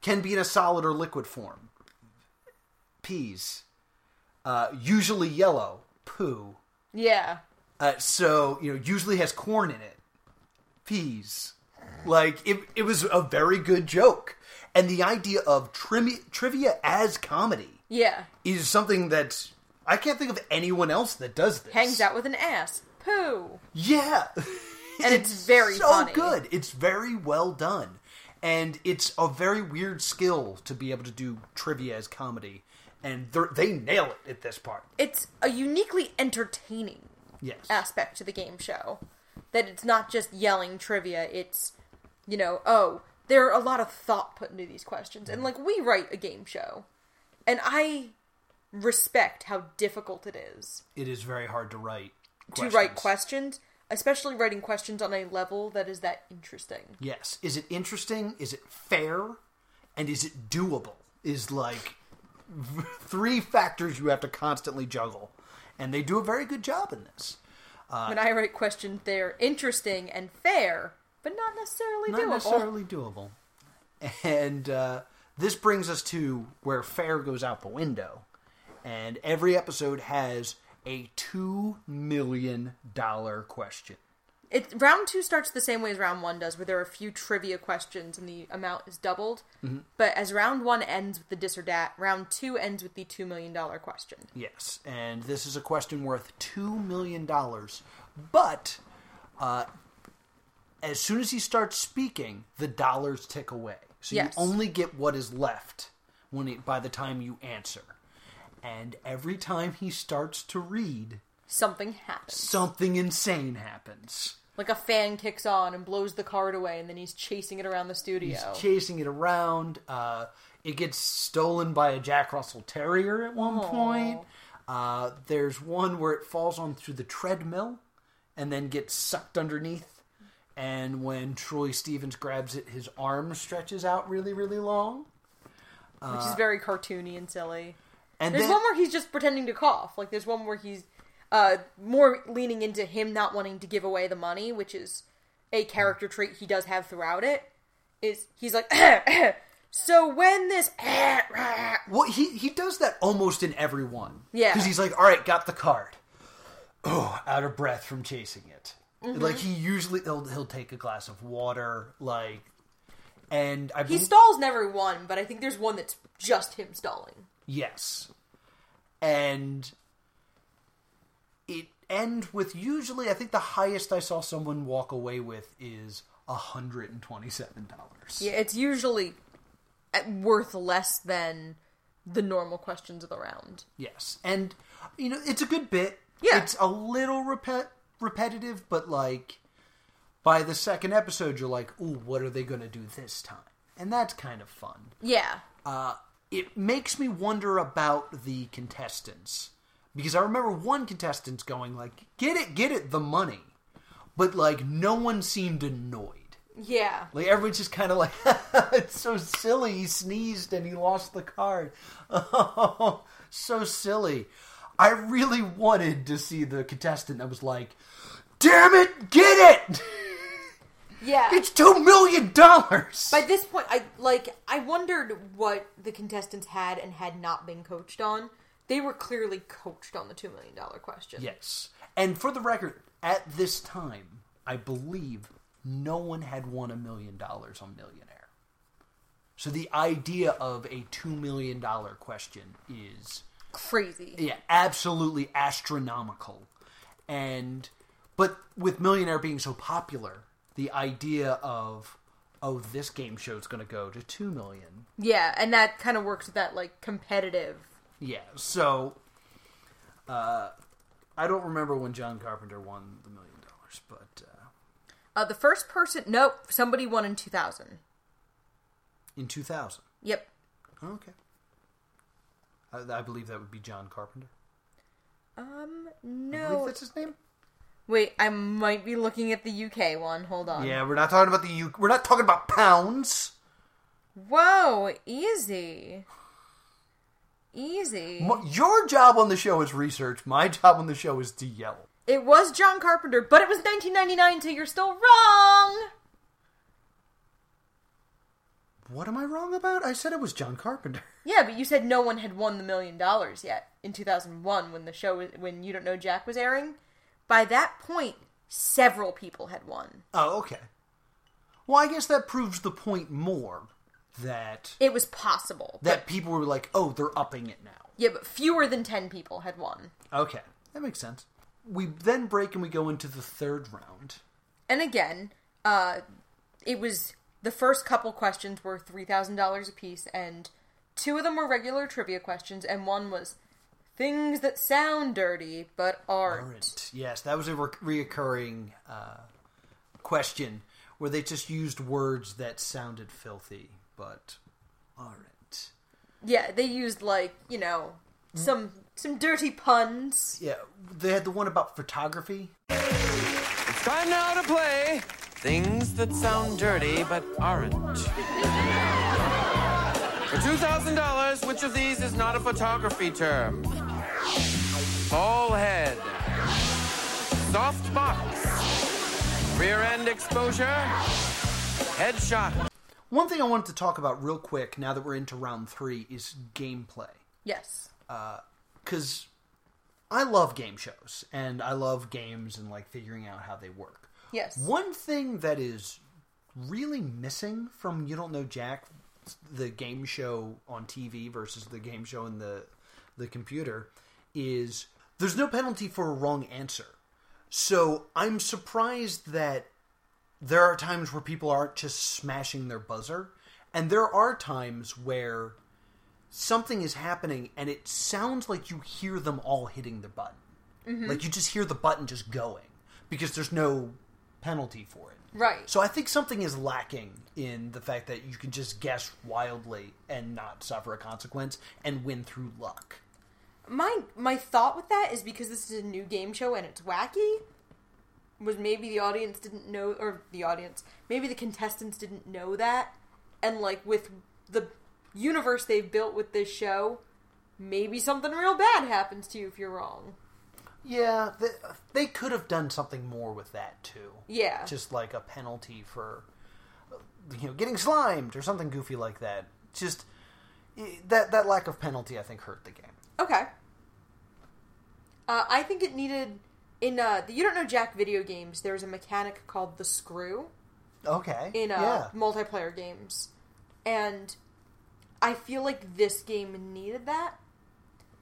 Speaker 2: can be in a solid or liquid form peas uh, usually yellow poo
Speaker 1: Yeah.
Speaker 2: uh, so you know usually has corn in it peas like it, it was a very good joke and the idea of trivia trivia as comedy
Speaker 1: Yeah.
Speaker 2: is something that's I can't think of anyone else that does this.
Speaker 1: Hangs out with an ass. Poo.
Speaker 2: yeah,
Speaker 1: And it's, very
Speaker 2: so
Speaker 1: funny.
Speaker 2: good. It's very well done, and it's a very weird skill to be able to do trivia as comedy, and they're- they nail it at this part.
Speaker 1: It's a uniquely entertaining
Speaker 2: Yes,
Speaker 1: aspect to the game show. That it's not just yelling trivia, it's, you know, oh, there are a lot of thought put into these questions. And, like, we write a game show. And I respect how difficult it is
Speaker 2: it is very hard to write.
Speaker 1: to write questions, especially writing questions on a level that is that interesting.
Speaker 2: Yes, is it interesting? Is it fair? And is it doable? Is like three factors you have to constantly juggle, and they do a very good job in this.
Speaker 1: when I write questions, they're interesting and fair, but not necessarily
Speaker 2: not
Speaker 1: doable.
Speaker 2: necessarily doable. And uh, this brings us to where fair goes out the window, and every episode has a two million dollar question.
Speaker 1: It round two starts the same way as round one does, where there are a few trivia questions and the amount is doubled. But as round one ends with the dis or dat, round two ends with the two million dollar question.
Speaker 2: Yes, and this is a question worth two million dollars. But uh, as soon as he starts speaking, the dollars tick away, so
Speaker 1: Yes.
Speaker 2: you only get what is left when it, by the time you answer. And every time he starts to read,
Speaker 1: Something happens,
Speaker 2: something insane happens.
Speaker 1: like a fan kicks on and blows the card away, and then he's chasing it around the studio.
Speaker 2: He's chasing it around. Uh, it gets stolen by a Jack Russell Terrier at one point. Uh, there's one where it falls onto the treadmill and then gets sucked underneath. And when Troy Stevens grabs it, his arm stretches out really, really long.
Speaker 1: which is very cartoony and silly.
Speaker 2: And
Speaker 1: There's
Speaker 2: then,
Speaker 1: one where he's just pretending to cough. Like there's one where he's uh, more leaning into him not wanting to give away the money, which is a character trait he does have throughout it. Is he's like, so when this,
Speaker 2: well, he he does that almost in every one.
Speaker 1: Yeah.
Speaker 2: because he's like, all right, got the card. Oh, out of breath from chasing it.
Speaker 1: Mm-hmm.
Speaker 2: Like he usually he'll he'll take a glass of water. Like, and I
Speaker 1: he
Speaker 2: believe-
Speaker 1: stalls in every one, but I think there's one that's just him stalling.
Speaker 2: Yes. And it end with usually, I think the highest I saw someone walk away with is $127.
Speaker 1: Yeah, it's usually at- worth less than the normal questions of the round.
Speaker 2: Yes, and you know it's a good bit.
Speaker 1: Yeah.
Speaker 2: it's a little repet- repetitive, but like by the second episode, you're like, "Ooh, what are they going to do this time?" And that's kind of fun.
Speaker 1: Yeah.
Speaker 2: It makes me wonder about the contestants because I remember one contestant going like, "Get it, get it, the money," but like no one seemed annoyed.
Speaker 1: Yeah.
Speaker 2: Like everyone's just kind of like, it's so silly. He sneezed and he lost the card. Oh, so silly. I really wanted to see the contestant that was like, damn it, get it!
Speaker 1: Yeah.
Speaker 2: It's two million dollars.
Speaker 1: By this point, I like I wondered what the contestants had and had not been coached on. They were clearly coached on the two million dollar question.
Speaker 2: Yes, and for the record, at this time, I believe no one had won a million dollars on Millionaire. So the idea of a two million dollar question is
Speaker 1: Crazy.
Speaker 2: yeah, absolutely astronomical. And but with Millionaire being so popular, the idea of oh, this game show's going to go to 2 million.
Speaker 1: Yeah, and that kind of works with that like competitive.
Speaker 2: Yeah. So uh I don't remember when John Carpenter won the million dollars, but uh
Speaker 1: Uh, the first person, nope, somebody won in two thousand.
Speaker 2: in 2000.
Speaker 1: Yep.
Speaker 2: Okay. I, I believe that would be John Carpenter. I believe
Speaker 1: No,
Speaker 2: that's his name.
Speaker 1: wait, I might be looking at the UK one. Hold on.
Speaker 2: Yeah, we're not talking about the U. We're not talking about pounds.
Speaker 1: Whoa, easy, easy.
Speaker 2: M- Your job on the show is research. My job on the show is to yell.
Speaker 1: It was John Carpenter, but it was 1999, so you're still wrong.
Speaker 2: What am I wrong about? I said it was John Carpenter.
Speaker 1: Yeah, but you said no one had won the million dollars yet in 2001 when the show when You Don't Know Jack was airing. By that point, several people had won.
Speaker 2: Oh, okay. Well, I guess that proves the point more that
Speaker 1: It was possible.
Speaker 2: that people were like, "Oh, they're upping it now."
Speaker 1: Yeah, but fewer than 10 people had won.
Speaker 2: Okay, that makes sense. We then break and we go into the third round.
Speaker 1: And again, uh it was the first couple questions were $3,000 apiece and two of them were regular trivia questions and one was things that sound dirty but aren't.
Speaker 2: Current. Yes, that was a re- reoccurring uh, question where they just used words that sounded filthy but aren't.
Speaker 1: Yeah, they used like, you know, some some dirty puns.
Speaker 2: Yeah, they had the one about photography.
Speaker 4: It's time now to play Things That Sound Dirty But Aren't. For $2,000, which of these is not a photography term? Ball head, soft box, rear end exposure, headshot.
Speaker 2: One thing I wanted to talk about real quick now that we're into round three is gameplay.
Speaker 1: Yes.
Speaker 2: Because I love game shows and I love games and like figuring out how they work.
Speaker 1: Yes.
Speaker 2: One thing that is really missing from You Don't Know Jack, the game show on TV versus the game show in the the computer, is there's no penalty for a wrong answer. So I'm surprised that there are times where people aren't just smashing their buzzer, and there are times where something is happening and it sounds like you hear them all hitting the button. Like you just hear the button just going because there's no penalty for it.
Speaker 1: Right.
Speaker 2: So I think something is lacking in the fact that you can just guess wildly and not suffer a consequence and win through luck.
Speaker 1: my my thought with that is because this is a new game show and it's wacky. Was maybe the audience didn't know, or the audience, maybe the contestants didn't know that, and like with the universe they've built with this show, maybe something real bad happens to you if you're wrong.
Speaker 2: Yeah, they, they could have done something more with that too.
Speaker 1: Yeah.
Speaker 2: Just like a penalty for you know getting slimed or something goofy like that. Just eh, that that lack of penalty I think hurt the game.
Speaker 1: Okay. Uh, I think it needed in uh, the You Don't Know Jack video games. There's a mechanic called the Screw.
Speaker 2: Okay.
Speaker 1: in uh,
Speaker 2: yeah.
Speaker 1: multiplayer games, and I feel like this game needed that.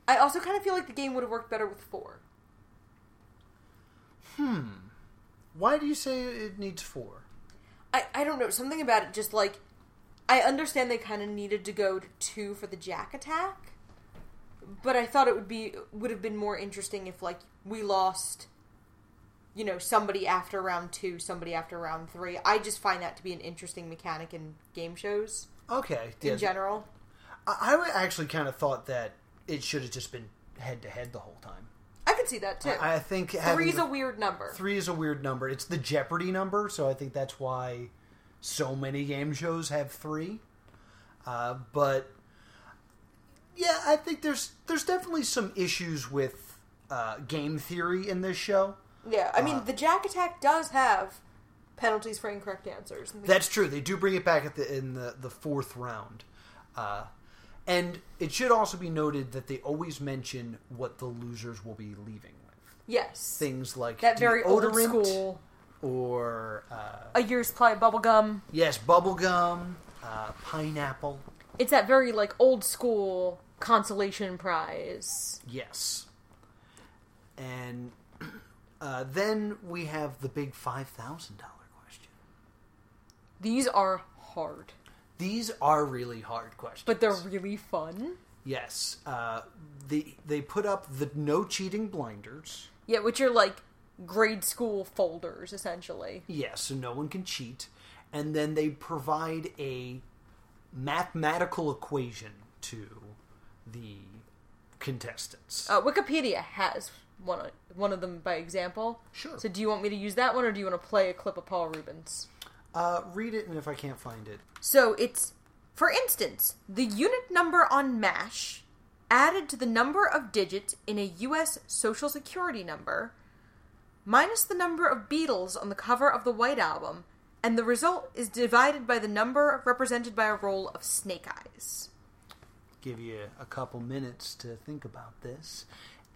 Speaker 1: I also kind of feel like the game would have worked better with four.
Speaker 2: Why do you say it needs four?
Speaker 1: I, I don't know something about it just like i understand they kind of needed to go to two for the jack attack but i thought it would be would have been more interesting if like we lost you know somebody after round two somebody after round three i just find that to be an interesting mechanic in game shows
Speaker 2: Okay.
Speaker 1: in
Speaker 2: yeah.
Speaker 1: general
Speaker 2: I, I actually kind of thought that it should have just been head to head the whole time.
Speaker 1: i could see that too
Speaker 2: I I think having
Speaker 1: three's
Speaker 2: the-
Speaker 1: a weird number
Speaker 2: Three is a weird number. It's the Jeopardy number, so I think that's why so many game shows have three. Uh, but yeah, I think there's there's definitely some issues with uh, game theory in this show.
Speaker 1: yeah i
Speaker 2: uh,
Speaker 1: mean the jack attack does have penalties for incorrect answers and things
Speaker 2: That's true. They do bring it back at the in the, the fourth round, uh, and it should also be noted that they always mention what the losers will be leaving with
Speaker 1: Yes.
Speaker 2: things like
Speaker 1: that very old
Speaker 2: deodorant
Speaker 1: school.
Speaker 2: or uh,
Speaker 1: A year's supply of bubblegum.
Speaker 2: yes, bubblegum, uh, pineapple.
Speaker 1: It's that very like old school consolation prize.
Speaker 2: Yes. And uh, then we have the big $5,000 question.
Speaker 1: These are hard,
Speaker 2: These are really hard questions.
Speaker 1: but they're really fun.
Speaker 2: Yes. Uh, the, they put up the no cheating blinders.
Speaker 1: Yeah, which are like grade school folders essentially.
Speaker 2: Yes, so no one can cheat. And then they provide a mathematical equation to the contestants.
Speaker 1: Uh, Wikipedia has one one of them by example.
Speaker 2: Sure.
Speaker 1: So do you want me to use that one, or do you want to play a clip of Paul Rubens?
Speaker 2: Uh, read it, and if I can't find it,
Speaker 1: So it's, for instance, the unit number on MASH added to the number of digits in a U.S. Social Security number minus the number of Beatles on the cover of the White Album, and the result is divided by the number represented by a roll of snake eyes.
Speaker 2: give you a couple minutes to think about this.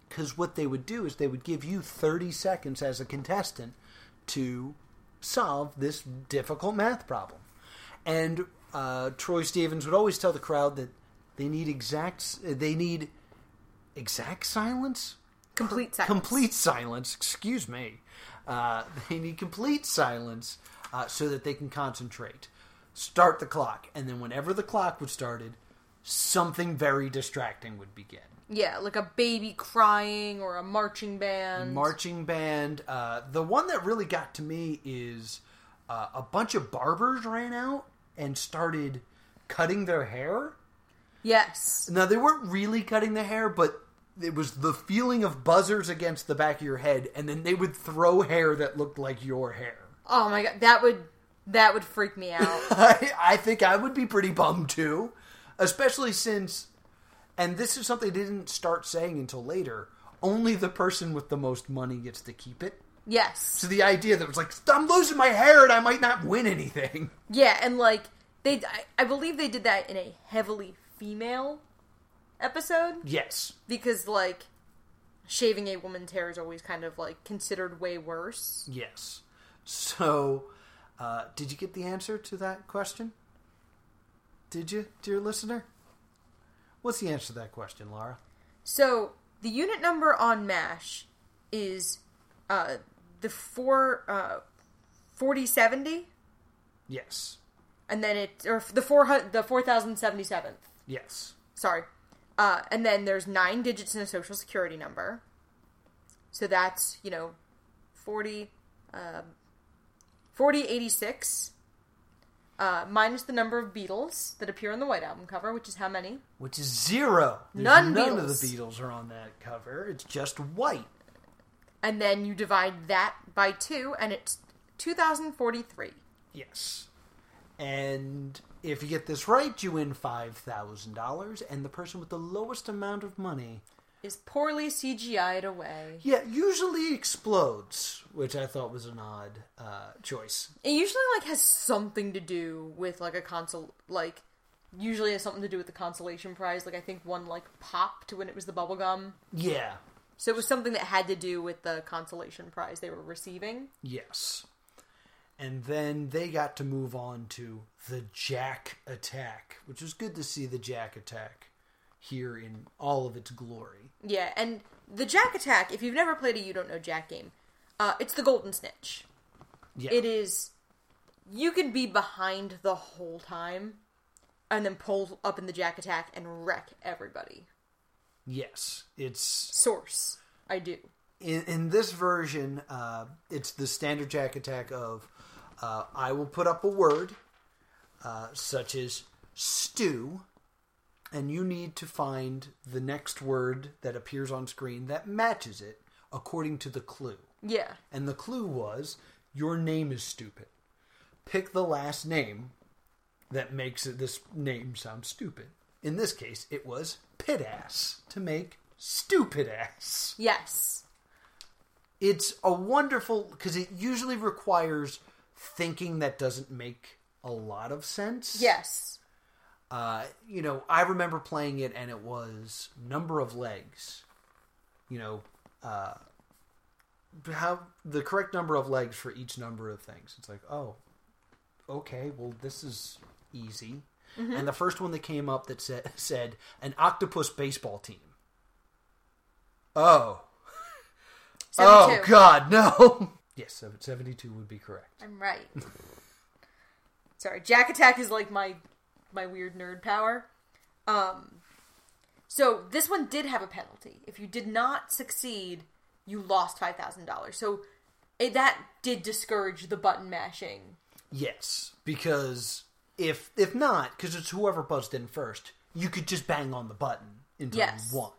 Speaker 2: Because what they would do is they would give you 30 seconds as a contestant to solve this difficult math problem. And uh, Troy Stevens would always tell the crowd that they need exact they need exact silence,
Speaker 1: Complete silence.
Speaker 2: complete silence. Excuse me. Uh, they need complete silence uh, so that they can concentrate. Start the clock, and then whenever the clock was started, something very distracting would begin.
Speaker 1: Yeah, like a baby crying or a marching band.
Speaker 2: Marching band. Uh, the one that really got to me is uh, a bunch of barbers ran out and started cutting their hair.
Speaker 1: yes.
Speaker 2: Now they weren't really cutting the hair, but it was the feeling of buzzers against the back of your head, and then they would throw hair that looked like your hair.
Speaker 1: Oh my god, that would that would freak me out.
Speaker 2: I, I think I would be pretty bummed too, especially since, and this is something they didn't start saying until later. Only the person with the most money gets to keep it.
Speaker 1: yes.
Speaker 2: So the idea that it was like I'm losing my hair and I might not win anything.
Speaker 1: Yeah, and like they, I, I believe they did that in a heavily female episode
Speaker 2: Yes,
Speaker 1: because like shaving a woman's hair is always kind of like considered way worse.
Speaker 2: yes. So, uh, did you get the answer to that question? Did you, dear listener? What's the answer to that question, Laura?
Speaker 1: So the unit number on Mash is uh, the four uh, forty seventy,
Speaker 2: Yes,
Speaker 1: and then it or the four hundred the four thousand seventy seventh.
Speaker 2: yes,
Speaker 1: sorry. Uh, and then there's nine digits in a social security number. So that's, you know, 40, um, 4086, uh, minus the number of Beatles that appear on the White Album cover, which is how many?
Speaker 2: which is zero. There's
Speaker 1: None
Speaker 2: None of the
Speaker 1: Beatles.
Speaker 2: Beatles are on that cover. It's just white.
Speaker 1: And then you divide that by two, and it's 2043.
Speaker 2: Yes. And if you get this right, you win five thousand dollars, and the person with the lowest amount of money,
Speaker 1: Is poorly CGI'd away.
Speaker 2: yeah, usually explodes, which I thought was an odd uh, choice.
Speaker 1: It usually like has something to do with like a console like usually has something to do with the consolation prize. Like I think one like popped when it was the bubblegum.
Speaker 2: Yeah.
Speaker 1: So it was something that had to do with the consolation prize they were receiving.
Speaker 2: Yes. And then they got to move on to the Jack Attack, which was good to see the Jack Attack here in all of its glory.
Speaker 1: Yeah, and the Jack attack, if you've never played a you don't know Jack game, Uh, it's the Golden Snitch.
Speaker 2: Yeah.
Speaker 1: It is. You can be behind the whole time, and then pull up in the jack attack and wreck everybody.
Speaker 2: Yes. It's
Speaker 1: Source. I do.
Speaker 2: in, in this version, uh, it's the standard jack attack of uh, I will put up a word uh, such as stew, and you need to find the next word that appears on screen that matches it according to the clue.
Speaker 1: Yeah.
Speaker 2: And the clue was your name is stupid. Pick the last name that makes it, this name sound stupid. In this case, it was pit ass to make stupid ass
Speaker 1: Yes.
Speaker 2: it's a wonderful because it usually requires thinking that doesn't make a lot of sense.
Speaker 1: Yes.
Speaker 2: Uh, you know, I remember playing it and it was number of legs. You know, uh, how the correct number of legs for each number of things. It's like, oh, okay, well, this is easy. And the first one that came up that said, said an octopus baseball team. Oh, oh
Speaker 1: 72.
Speaker 2: God, no. yes, seven- 72 would be correct.
Speaker 1: I'm right. Sorry, Jack Attack is like my my weird nerd power. Um so this one did have a penalty. If you did not succeed, you lost $5,000. So it, that did discourage the button mashing.
Speaker 2: Yes, because if if not, because it's whoever buzzed in first, you could just bang on the button until
Speaker 1: Yes.
Speaker 2: you won.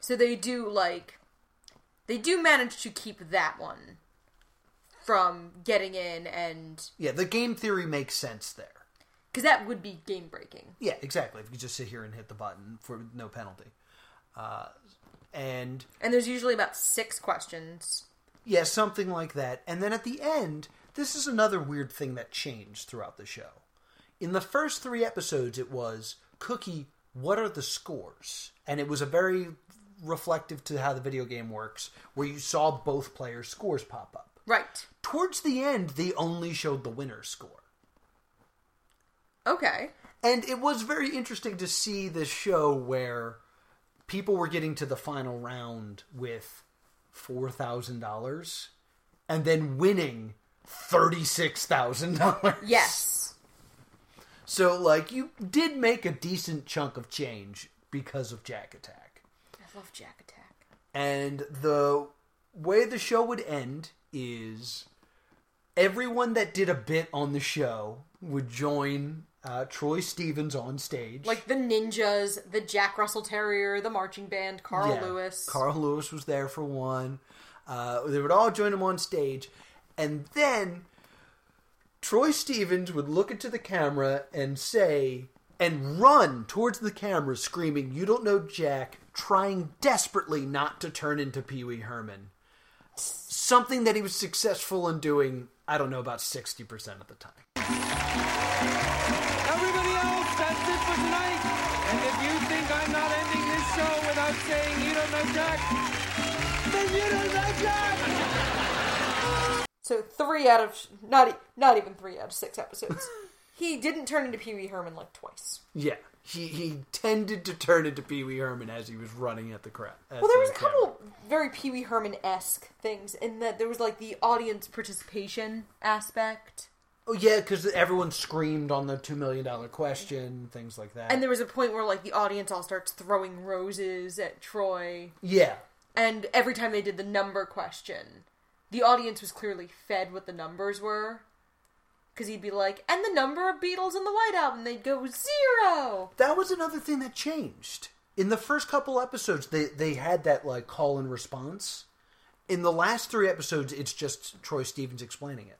Speaker 1: So they do like they do manage to keep that one from getting in and
Speaker 2: Yeah, the game theory makes sense there.
Speaker 1: cuz that would be game breaking.
Speaker 2: Yeah, exactly. If you just sit here and hit the button for no penalty, uh, and
Speaker 1: And there's usually about 6 questions.
Speaker 2: yeah, something like that. And then at the end, this is another weird thing that changed throughout the show. In the first three episodes, it was Cookie, what are the scores? And it was a very reflective to how the video game works, where you saw both players' scores pop up.
Speaker 1: Right.
Speaker 2: Towards the end, they only showed the winner's score.
Speaker 1: Okay.
Speaker 2: And it was very interesting to see this show where people were getting to the final round with $4,000 and then winning $36,000.
Speaker 1: Yes.
Speaker 2: So, like, you did make a decent chunk of change because of Jack Attack.
Speaker 1: I love Jack Attack.
Speaker 2: And the way the show would end is everyone that did a bit on the show would join uh, Troy Stevens on stage.
Speaker 1: Like the ninjas, the Jack Russell Terrier, the marching band, Carl
Speaker 2: Yeah.
Speaker 1: Lewis.
Speaker 2: Carl Lewis was there for one. Uh, they would all join him on stage, and then Troy Stevens would look into the camera and say, and run towards the camera, screaming, "You don't know Jack!" Trying desperately not to turn into Pee Wee Herman. Something that he was successful in doing. I don't know about sixty percent of the time.
Speaker 4: Everybody else, that's it for tonight. And if you think I'm not ending this show without saying you don't know Jack, then you don't know Jack!
Speaker 1: So three out of not e- not even three out of six episodes. he didn't turn into Pee Wee Herman like twice.
Speaker 2: Yeah, he he tended to turn into Pee Wee Herman as he was running at the crowd.
Speaker 1: Well, there was a couple very Pee Wee Herman esque things in that there was like the audience participation aspect,
Speaker 2: Oh yeah, because everyone screamed on the two million dollar question, things like that.
Speaker 1: and there was a point where like the audience all starts throwing roses at Troy,
Speaker 2: yeah,
Speaker 1: and every time they did the number question, the audience was clearly fed what the numbers were. Because he'd be like, and the number of Beatles in the White Album, they'd go zero.
Speaker 2: that was another thing that changed in the first couple episodes. They they had that like call and response. In the last three episodes, it's just Troy Stevens explaining it.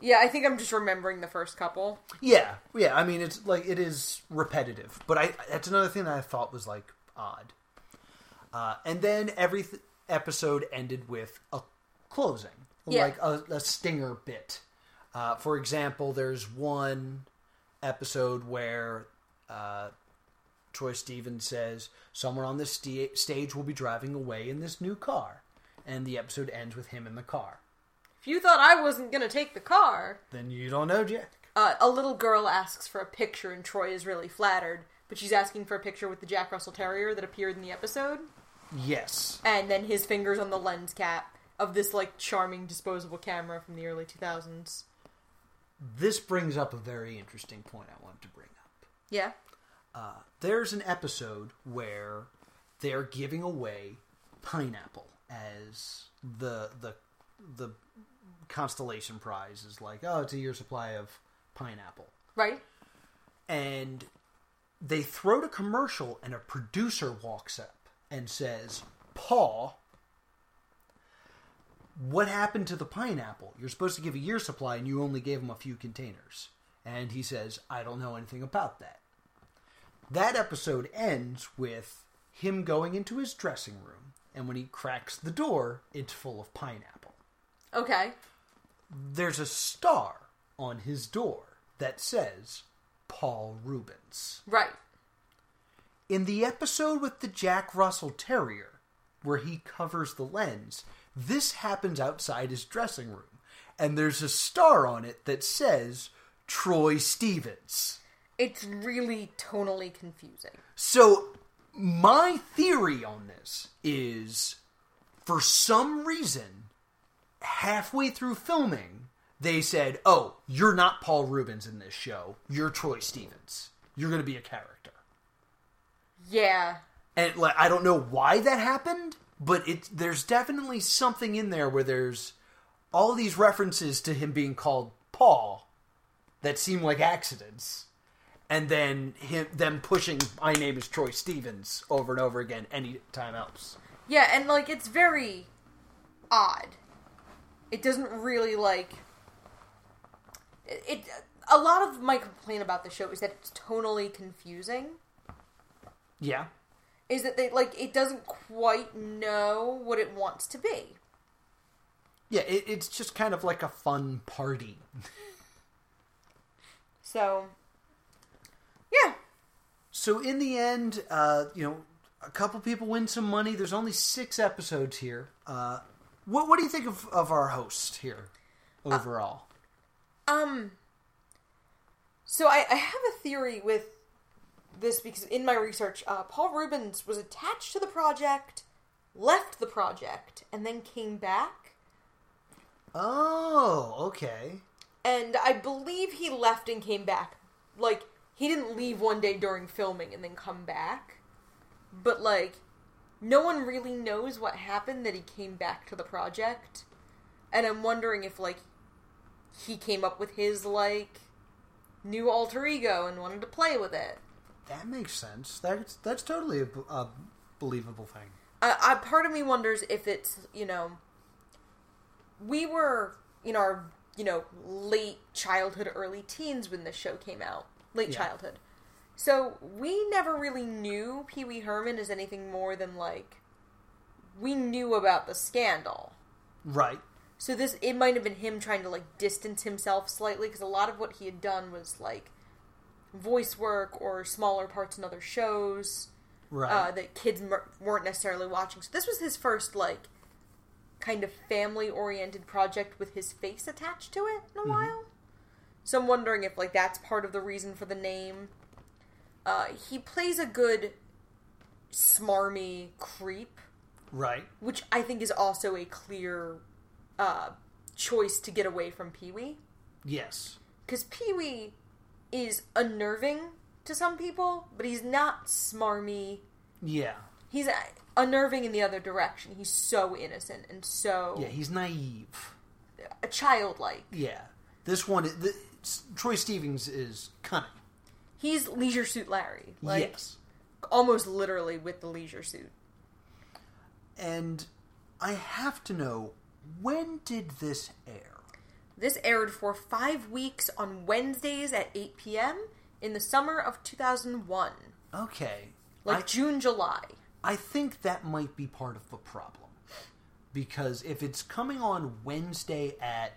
Speaker 1: Yeah, I think I'm just remembering the first couple.
Speaker 2: Yeah, yeah. I mean, it's like it is repetitive, but I that's another thing that I thought was like odd. Uh, and then every th- episode ended with a closing,
Speaker 1: Yeah.
Speaker 2: like a, a stinger bit. Uh, for example, there's one episode where uh, Troy Stevens says, "Someone on this sta- stage will be driving away in this new car," and the episode ends with him in the car.
Speaker 1: If you thought I wasn't gonna take the car,
Speaker 2: Then you don't know Jack.
Speaker 1: uh, a little girl asks for a picture, and Troy is really flattered. But she's asking for a picture with the Jack Russell Terrier that appeared in the episode,
Speaker 2: Yes.
Speaker 1: and then his fingers on the lens cap, of this like charming disposable camera from the early 2000s.
Speaker 2: This brings up a very interesting point I want to bring up.
Speaker 1: Yeah.
Speaker 2: There's an episode where they're giving away pineapple as the the the constellation prize is like, oh, it's a year supply of pineapple.
Speaker 1: Right?
Speaker 2: and they throw to commercial and a producer walks up and says paul what happened to the pineapple you're supposed to give a year supply and you only gave him a few containers and he says i don't know anything about that that episode ends with him going into his dressing room and when he cracks the door it's full of pineapple
Speaker 1: Okay.
Speaker 2: there's a star on his door that says paul rubens
Speaker 1: Right.
Speaker 2: in the episode with the Jack Russell Terrier, where he covers the lens, this happens outside his dressing room, and there's a star on it that says Troy Stevens.
Speaker 1: It's really tonally confusing.
Speaker 2: So, my theory on this is for some reason, halfway through filming, they said, Oh, you're not Paul Rubens in this show, you're Troy Stevens. You're going to be a character.
Speaker 1: Yeah.
Speaker 2: and like I don't know why that happened, but it there's definitely something in there where there's all these references to him being called Paul that seem like accidents, and then him them pushing my name is Troy Stevens over and over again any time else.
Speaker 1: Yeah, and like it's very odd. It doesn't really like it, it a lot of my complaint about the show is that it's tonally confusing.
Speaker 2: Yeah,
Speaker 1: is that they like it doesn't quite know what it wants to be.
Speaker 2: yeah, it, it's just kind of like a fun party.
Speaker 1: So yeah,
Speaker 2: So in the end, uh, you know, a couple people win some money. There's only six episodes here. Uh, what what do you think of, of our host here overall?
Speaker 1: Um. So I, I have a theory with this because in my research, uh, Paul Rubens was attached to the project, left the project, and then came back.
Speaker 2: oh, okay.
Speaker 1: And I believe he left and came back. Like he didn't leave one day during filming and then come back, but like no one really knows what happened that he came back to the project. And I'm wondering if like he came up with his like new alter ego and wanted to play with it.
Speaker 2: That makes sense. That's that's totally a, b- a believable thing.
Speaker 1: I, I part of me wonders if it's you know we were in our you know late childhood early teens when this show came out late
Speaker 2: Yeah.
Speaker 1: childhood so we never really knew pee-wee herman as anything more than like we knew about the scandal
Speaker 2: Right.
Speaker 1: so this it might have been him trying to like distance himself slightly because a lot of what he had done was like voice work or smaller parts in other shows
Speaker 2: Right.
Speaker 1: uh, that kids mer- weren't necessarily watching. So this was his first like kind of family-oriented project with his face attached to it in a while. So I'm wondering if like that's part of the reason for the name. Uh, he plays a good smarmy creep,
Speaker 2: right.
Speaker 1: which I think is also a clear uh, choice to get away from Pee Wee
Speaker 2: Yes.
Speaker 1: because Pee Wee is unnerving to some people, but he's not smarmy
Speaker 2: Yeah.
Speaker 1: he's uh, unnerving in the other direction. He's so innocent and so
Speaker 2: Yeah. He's naive.
Speaker 1: uh, childlike.
Speaker 2: Yeah. This one, th Troy Stevens is cunning.
Speaker 1: He's Leisure Suit Larry, like
Speaker 2: yes.
Speaker 1: almost literally with the leisure suit.
Speaker 2: And I have to know when did this air?
Speaker 1: This aired for five weeks on Wednesdays at 8 p.m. in the summer of 2001,
Speaker 2: Okay.
Speaker 1: like
Speaker 2: I-
Speaker 1: June, July.
Speaker 2: I think that might be part of the problem. Because if it's coming on Wednesday at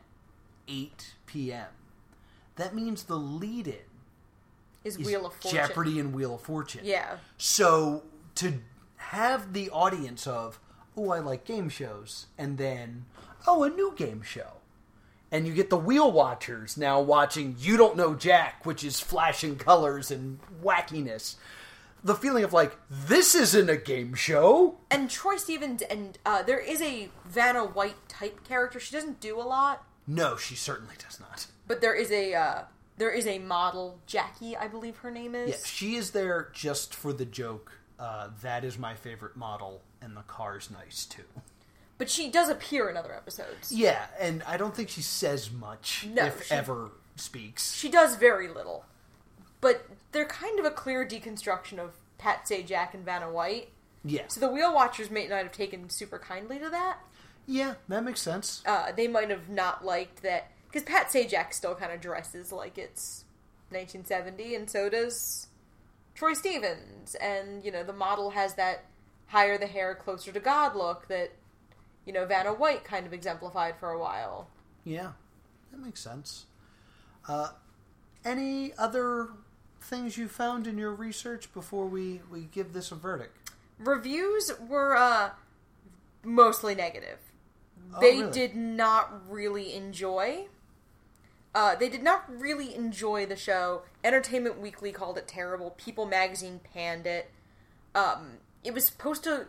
Speaker 2: 8 p.m., that means the lead in
Speaker 1: Is,
Speaker 2: is
Speaker 1: Wheel of Fortune.
Speaker 2: Jeopardy and Wheel of Fortune.
Speaker 1: Yeah.
Speaker 2: So to have the audience of, oh, I like game shows, and then, oh, a new game show. And you get the Wheel Watchers now watching You Don't Know Jack, which is flashing colors and wackiness. the feeling of like this isn't a game show.
Speaker 1: And Troy Stevens, and uh, there is a Vanna White type character. She doesn't do a lot,
Speaker 2: No, she certainly does not.
Speaker 1: but there is a uh, there is a model Jackie, I believe her name is.
Speaker 2: Yeah, she is there just for the joke. Uh, that is my favorite model, and the car's nice too.
Speaker 1: But she does appear in other episodes.
Speaker 2: Yeah, and I don't think she says much,
Speaker 1: No,
Speaker 2: if
Speaker 1: she-
Speaker 2: ever speaks.
Speaker 1: She does very little, but they're kind of a clear deconstruction of Pat Sajak and Vanna White.
Speaker 2: yeah,
Speaker 1: So the Wheel Watchers may not have taken super kindly to that.
Speaker 2: yeah, that makes sense.
Speaker 1: Uh, they might have not liked that because Pat Sajak still kind of dresses like it's 1970, and so does Troy Stevens. And you know, the model has that higher the hair, closer to God look that you know Vanna White kind of exemplified for a while.
Speaker 2: yeah, that makes sense. Uh, any other things you found in your research before we we give this a verdict?
Speaker 1: Reviews were uh, mostly negative. they
Speaker 2: really?
Speaker 1: did not really enjoy. Uh, they did not really enjoy the show. Entertainment Weekly called it terrible. People Magazine panned it. Um, it was supposed to.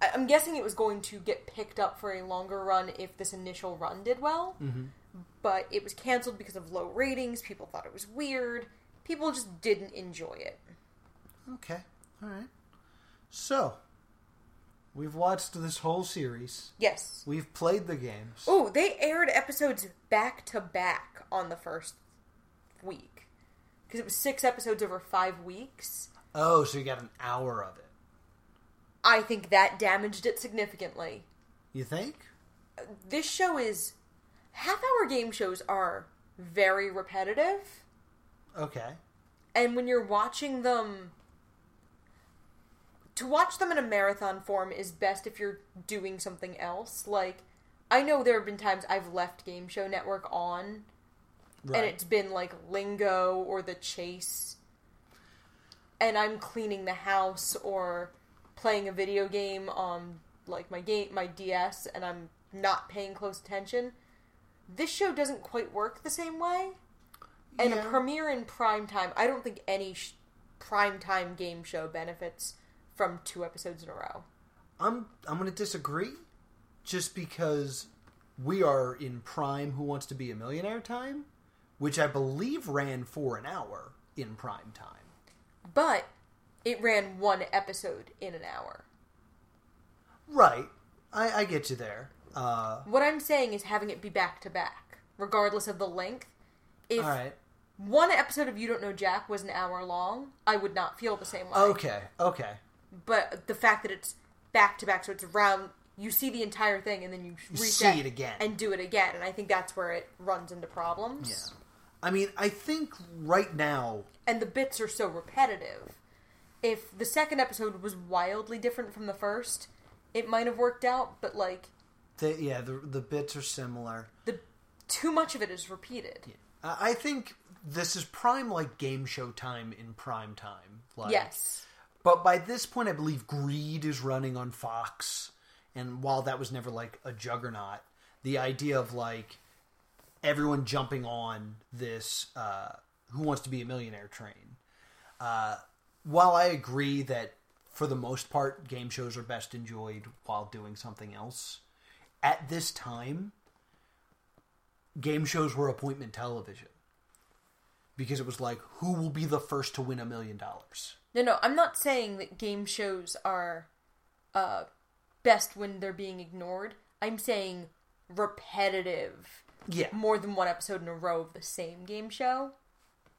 Speaker 1: I- I'm guessing it was going to get picked up for a longer run if this initial run did well. But it was canceled because of low ratings. People thought it was weird. People just didn't enjoy it.
Speaker 2: Okay, all right. So we've watched this whole series.
Speaker 1: Yes.
Speaker 2: We've played the games.
Speaker 1: Oh, they aired episodes back to back on the first week because it was six episodes over five weeks.
Speaker 2: Oh, so you got an hour of it.
Speaker 1: I think that damaged it significantly.
Speaker 2: You think?
Speaker 1: This show is half-hour game shows are very repetitive,
Speaker 2: Okay.
Speaker 1: and when you're watching them. To watch them in a marathon form is best if you're doing something else. Like, I know there have been times I've left Game Show Network on
Speaker 2: Right.
Speaker 1: and it's been like lingo or the chase and i'm cleaning the house or playing a video game on like my game my ds and i'm not paying close attention this show doesn't quite work the same way and a
Speaker 2: Yeah.
Speaker 1: premiere in prime time i don't think any sh- prime time game show benefits from two episodes in a row
Speaker 2: I'm I'm going to disagree just because we are in prime who wants to be a millionaire time, which I believe ran for an hour in prime time.
Speaker 1: but it ran one episode in an hour
Speaker 2: Right. I, I get you there. Uh,
Speaker 1: what i'm saying is having it be back to back regardless of the length if
Speaker 2: all right.
Speaker 1: one episode of You Don't Know Jack was an hour long, I would not feel the same way.
Speaker 2: Okay. Okay.
Speaker 1: But the fact that it's back to back, so it's around, you see the entire thing and then you, reset
Speaker 2: see it again.
Speaker 1: and do it again, and I think that's where it runs into
Speaker 2: Yeah.
Speaker 1: problems.
Speaker 2: I mean, I think right now
Speaker 1: And the bits are so repetitive. If the second episode was wildly different from the first, it might have worked out, but like
Speaker 2: the yeah, the the bits are similar.
Speaker 1: the too much of it is repeated.
Speaker 2: I I think this is prime like game show time in prime time. Like
Speaker 1: Yes.
Speaker 2: But by this point, I believe Greed is running on Fox. And while that was never like a juggernaut, the idea of like everyone jumping on this uh, Who Wants to Be a Millionaire train. Uh, while I agree that for the most part, game shows are best enjoyed while doing something else, at this time, game shows were appointment television. Because it was like, who will be the first to win a million dollars?
Speaker 1: No, no, I'm not saying that game shows are uh, best when they're being ignored. I'm saying repetitive,
Speaker 2: Yeah.
Speaker 1: more than one episode in a row of the same game show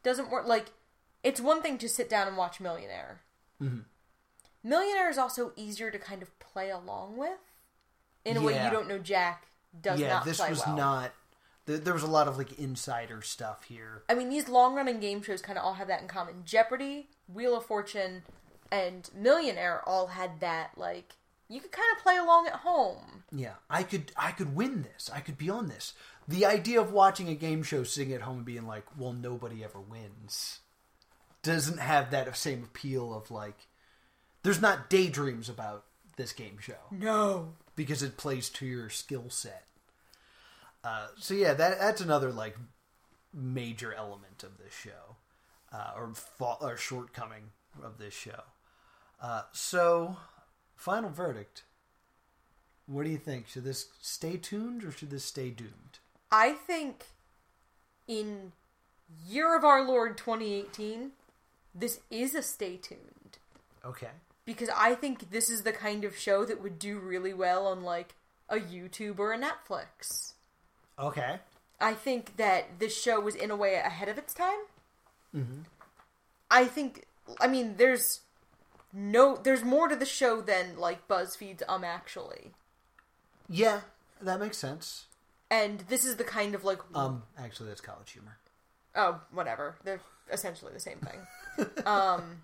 Speaker 1: doesn't work. Like, it's one thing to sit down and watch Millionaire. Mm-hmm. Millionaire is also easier to kind of play along with in a way
Speaker 2: Yeah.
Speaker 1: you don't know Jack does
Speaker 2: yeah,
Speaker 1: not
Speaker 2: this
Speaker 1: play
Speaker 2: was
Speaker 1: well.
Speaker 2: not. Th- there was a lot of like insider stuff here.
Speaker 1: I mean, these long running game shows kind of all have that in common. Jeopardy, Wheel of Fortune, and Millionaire all had that. Like, you could kind of play along at home.
Speaker 2: Yeah, I could I could win this. I could be on this. The idea of watching a game show sitting at home and being like, "Well, nobody ever wins," doesn't have that same appeal of like. There's not daydreams about this game show
Speaker 1: No.
Speaker 2: because it plays to your skill set. Uh, so yeah, that that's another like major element of this show, uh, or fa- or shortcoming of this show. Uh, so, final verdict. What do you think? Should this stay tuned or should this stay doomed?
Speaker 1: I think in Year of Our Lord 2018, this is a stay tuned.
Speaker 2: Okay.
Speaker 1: Because I think this is the kind of show that would do really well on like a YouTube or a Netflix.
Speaker 2: Okay.
Speaker 1: I think that this show was in a way ahead of its time. I think, I mean, there's no, there's more to the show than like BuzzFeed's Um Actually,
Speaker 2: Yeah, that makes sense.
Speaker 1: and this is the kind of like,
Speaker 2: Um, actually, that's college humor.
Speaker 1: oh, whatever, they're essentially the same thing. um,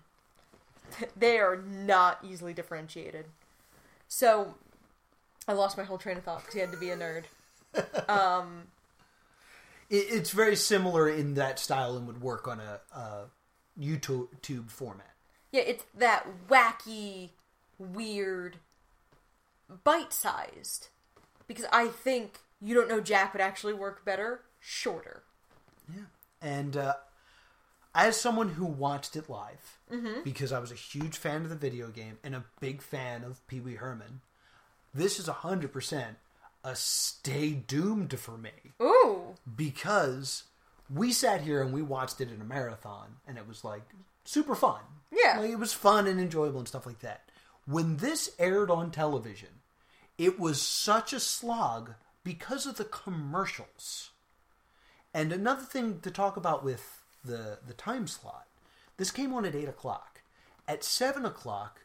Speaker 1: they are not easily differentiated. So, I lost my whole train of thought because he had to be a nerd.
Speaker 2: It, it's very similar in that style and would work on a, a YouTube tube format.
Speaker 1: Yeah, it's that wacky, weird, bite sized. Because I think You Don't Know Jack would actually work better shorter.
Speaker 2: And uh, as someone who watched it live, because I was a huge fan of the video game and a big fan of Pee Wee Herman, this is 100% a stay doomed for me.
Speaker 1: Ooh!
Speaker 2: because we sat here and we watched it in a marathon and it was like super fun.
Speaker 1: Yeah.
Speaker 2: Like it was fun and enjoyable and stuff like that. When this aired on television, it was such a slog because of the commercials. And another thing to talk about with the the time slot, this came on at eight o'clock. At seven o'clock,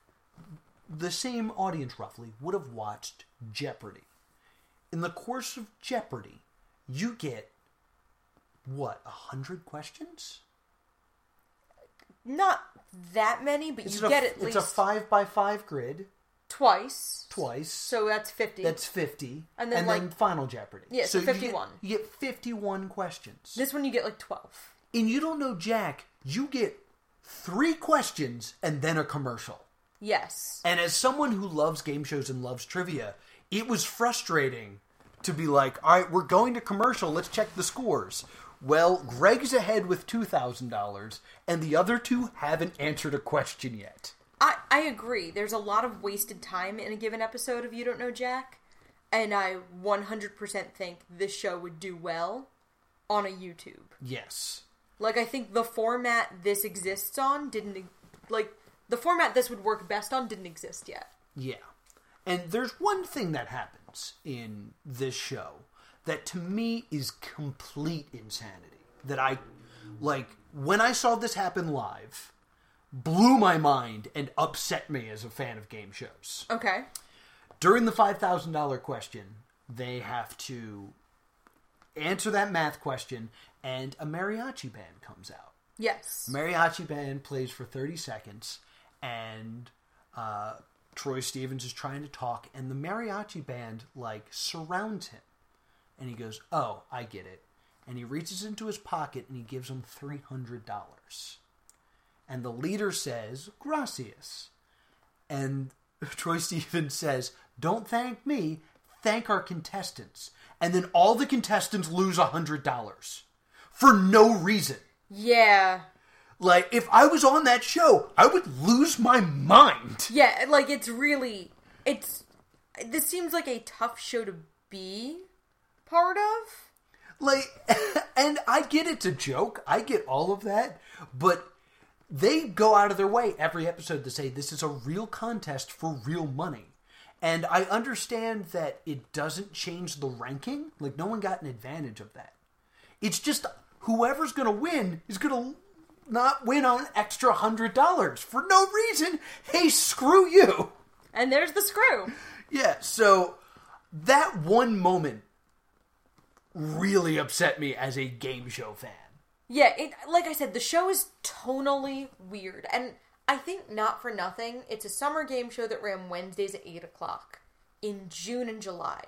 Speaker 2: the same audience roughly would have watched Jeopardy. In the course of Jeopardy, you get what a hundred questions?
Speaker 1: Not that many, but
Speaker 2: It's
Speaker 1: you
Speaker 2: a,
Speaker 1: get at
Speaker 2: it's
Speaker 1: least
Speaker 2: a five by five grid
Speaker 1: twice.
Speaker 2: twice.
Speaker 1: So that's 50.
Speaker 2: that's fifty,
Speaker 1: And then, like-
Speaker 2: final Jeopardy.
Speaker 1: Yeah, so
Speaker 2: you get-
Speaker 1: 51.
Speaker 2: You get, fifty-one questions,
Speaker 1: This one you get like 12.
Speaker 2: and you don't know Jack. You get three questions and then a commercial.
Speaker 1: Yes.
Speaker 2: And as someone who loves game shows and loves trivia, it was frustrating to be like, all right, we're going to commercial. Let's check the scores. Well, Greg's ahead with $2,000, and the other two haven't answered a question yet.
Speaker 1: I, I agree. There's a lot of wasted time in a given episode of You Don't Know Jack, and I 100% think this show would do well on a YouTube.
Speaker 2: Yes.
Speaker 1: Like I think the format this exists on didn't e-, like the format this would work best on didn't exist yet.
Speaker 2: Yeah. And there's one thing that happens in this show that to me is complete insanity. That I, like, when I saw this happen live, blew my mind and upset me as a fan of game shows.
Speaker 1: Okay.
Speaker 2: during the five thousand dollar question, they have to answer that math question, and a mariachi band comes out.
Speaker 1: Yes.
Speaker 2: Mariachi band plays for thirty seconds, and uh, Troy Stevens is trying to talk, and the mariachi band like surrounds him, and he goes, "Oh, I get it," and he reaches into his pocket and he gives him three hundred dollars, and the leader says, "Gracias." and Troy Stevens says, "Don't thank me, thank our contestants." And then all the contestants lose a hundred dollars for no reason.
Speaker 1: yeah.
Speaker 2: Like if I was on that show, I would lose my mind.
Speaker 1: Yeah, like it's really it's this seems like a tough show to be part of.
Speaker 2: Like, and I get it's a joke. I get all of that, but they go out of their way every episode to say this is a real contest for real money. And I understand that it doesn't change the ranking. Like, no one got an advantage of that. It's just whoever's going to win is going to not win on extra $100 for no reason. Hey, screw you.
Speaker 1: And there's the screw.
Speaker 2: Yeah, so that one moment really upset me as a game show fan.
Speaker 1: Yeah, it like I said, the show is tonally weird, and I think not for nothing, it's a summer game show that ran Wednesdays at eight o'clock in June and July.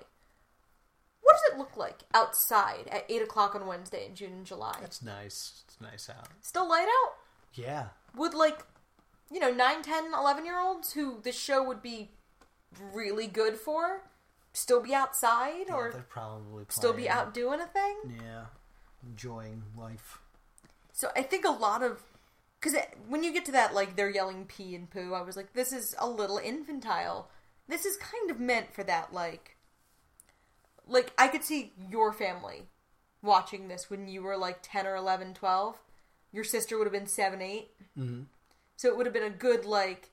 Speaker 1: What does it look like outside at eight o'clock on Wednesday in June and July?
Speaker 2: It's nice. It's nice out.
Speaker 1: Still light out?
Speaker 2: Yeah.
Speaker 1: Would like, you know, 9, 10, 11 year olds who this show would be really good for still be outside or
Speaker 2: They're probably
Speaker 1: still be
Speaker 2: playing.
Speaker 1: out doing a thing?
Speaker 2: Yeah. Enjoying life.
Speaker 1: So I think a lot of Because when you get to that, like they're yelling pee and poo, I was like, this is a little infantile. This is kind of meant for that, like, like I could see your family watching this when you were like 10 or 11, 12. Your sister would have been 7, 8. Mm-hmm. So it would have been a good, like,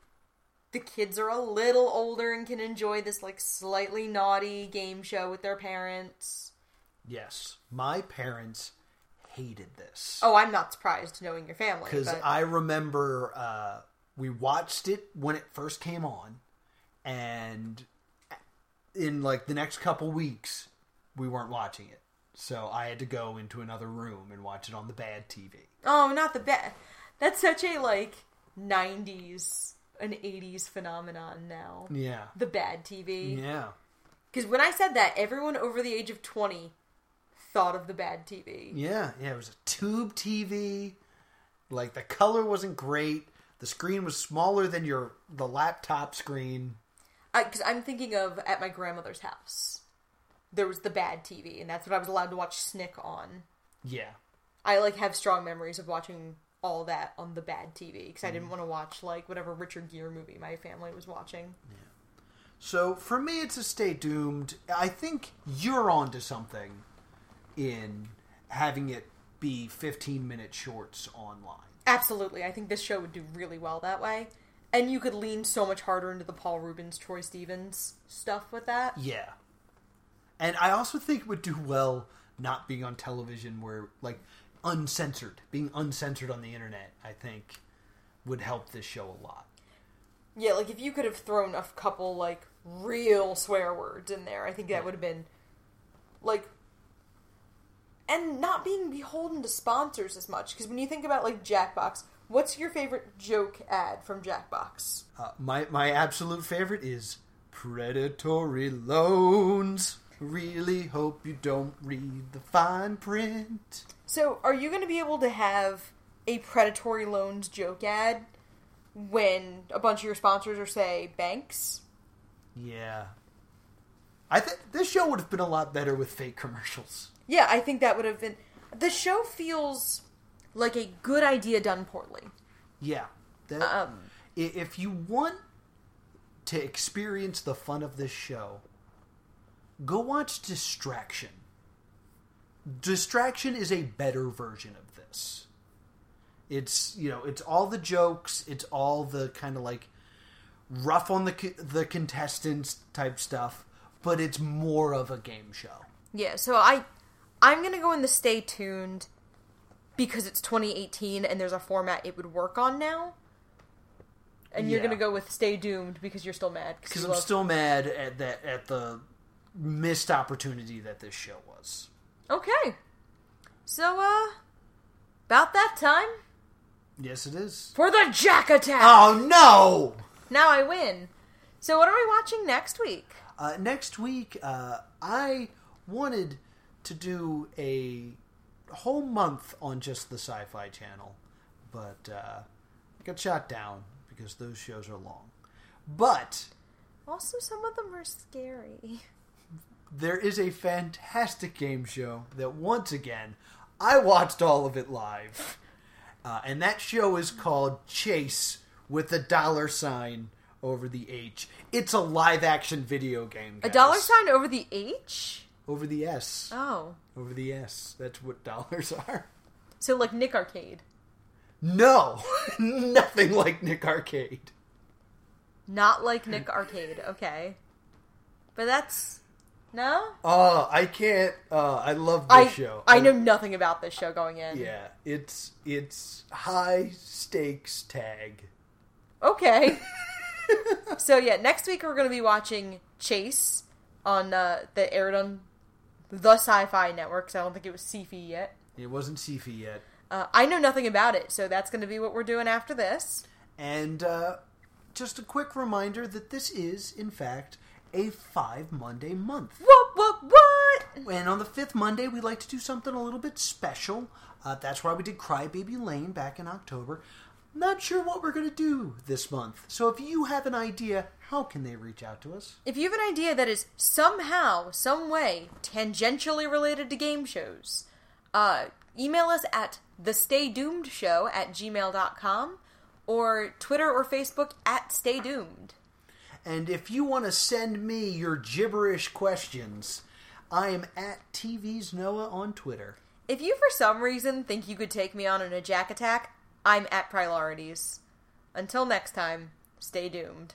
Speaker 1: the kids are a little older and can enjoy this, like, slightly naughty game show with their parents.
Speaker 2: Yes, my parents hated this.
Speaker 1: Oh, I'm not surprised knowing your family.
Speaker 2: because
Speaker 1: but-
Speaker 2: I remember uh, we watched it when it first came on, and in like the next couple weeks, we weren't watching it. So I had to go into another room and watch it on the bad TV.
Speaker 1: Oh, not the best. That's such a like '90s and '80s phenomenon now.
Speaker 2: Yeah,
Speaker 1: The bad TV.
Speaker 2: yeah,
Speaker 1: Because when I said that, everyone over the age of 20 thought of the bad TV.
Speaker 2: yeah, yeah. It was a tube TV. Like the color wasn't great. The screen was smaller than your the laptop screen.
Speaker 1: Because I'm thinking of at my grandmother's house, there was the bad TV, and that's what I was allowed to watch Snick on.
Speaker 2: Yeah,
Speaker 1: I like have strong memories of watching all that on the bad TV because I
Speaker 2: Mm.
Speaker 1: didn't want to watch like whatever Richard Gere movie my family was watching.
Speaker 2: So for me, it's a stay doomed. I think you're onto something in having it be 15 minute shorts online.
Speaker 1: Absolutely. I think this show would do really well that way. And you could lean so much harder into the Paul Rubens, Troy Stevens stuff with that.
Speaker 2: Yeah, and I also think it would do well not being on television, where like uncensored, being uncensored on the internet. I think would help this show a lot.
Speaker 1: Yeah, like if you could have thrown a couple, like, real swear words in there, I think that would have been, like, and not being beholden to sponsors as much. Because when you think about, like, Jackbox, what's your favorite joke ad from Jackbox?
Speaker 2: Uh, my my absolute favorite is predatory loans. Really hope you don't read the fine print.
Speaker 1: So, are you going to be able to have a predatory loans joke ad when a bunch of your sponsors are, say, banks?
Speaker 2: Yeah. I think this show would have been a lot better with fake commercials.
Speaker 1: Yeah, I think that would have been. The show feels like a good idea done poorly.
Speaker 2: Yeah. That,
Speaker 1: Um.
Speaker 2: i- if you want to experience the fun of this show, go watch Distraction. Distraction is a better version of this. It's, you know, it's all the jokes, it's all the kind of like rough on the co- the contestants type stuff, but it's more of a game show.
Speaker 1: Yeah, so I, I'm gonna go in the stay tuned because it's 2018 and there's a format it would work on now. And you're
Speaker 2: Yeah.
Speaker 1: gonna go with stay doomed because you're still mad
Speaker 2: because
Speaker 1: you
Speaker 2: I'm
Speaker 1: love-
Speaker 2: still mad at that at the missed opportunity that this show was.
Speaker 1: okay. So uh, about that time
Speaker 2: Yes, it is.
Speaker 1: for the Jack Attack.
Speaker 2: Oh no!
Speaker 1: Now I win. So what are we watching next week?
Speaker 2: Uh, next week, uh, I wanted to do a whole month on just the Sci-Fi Channel, but uh, got shot down because those shows are long. But
Speaker 1: Also, some of them are scary.
Speaker 2: there is a fantastic game show that once again I watched all of it live, uh, and that show is called Chase with a dollar sign over the H. It's a live action video game.
Speaker 1: A
Speaker 2: guys.
Speaker 1: dollar sign over the H?
Speaker 2: over the S
Speaker 1: Oh.
Speaker 2: over the S. That's what dollars are.
Speaker 1: So, like Nick Arcade.
Speaker 2: No, nothing like Nick Arcade.
Speaker 1: Not like Nick Arcade, okay. But that's. No?
Speaker 2: Oh, I can't. Uh, I love this
Speaker 1: I,
Speaker 2: show.
Speaker 1: I know nothing about this show going in.
Speaker 2: Yeah, it's it's high stakes tag.
Speaker 1: Okay. so, yeah, next week we're going to be watching Chase on uh, that aired on the Sci Fi Network, so I don't think it was Sci-Fi yet.
Speaker 2: It wasn't Sifi yet.
Speaker 1: Uh, I know nothing about it, so that's going to be what we're doing after this.
Speaker 2: And uh, just a quick reminder that this is, in fact, a five Monday month.
Speaker 1: What, what, what?
Speaker 2: And on the fifth Monday, we like to do something a little bit special. Uh, that's why we did Crybaby Lane back in October. Not sure what we're going to do this month. So if you have an idea, how can they reach out to us?
Speaker 1: If you have an idea that is somehow, some way, tangentially related to game shows, uh, Email us at thestaydoomshow at gmail.com or Twitter or Facebook at Stay Doomed.
Speaker 2: And if you want to send me your gibberish questions, I am at TV's Noah on Twitter.
Speaker 1: If you for some reason think you could take me on in a jack attack, I'm at Priorities. Until next time, stay doomed.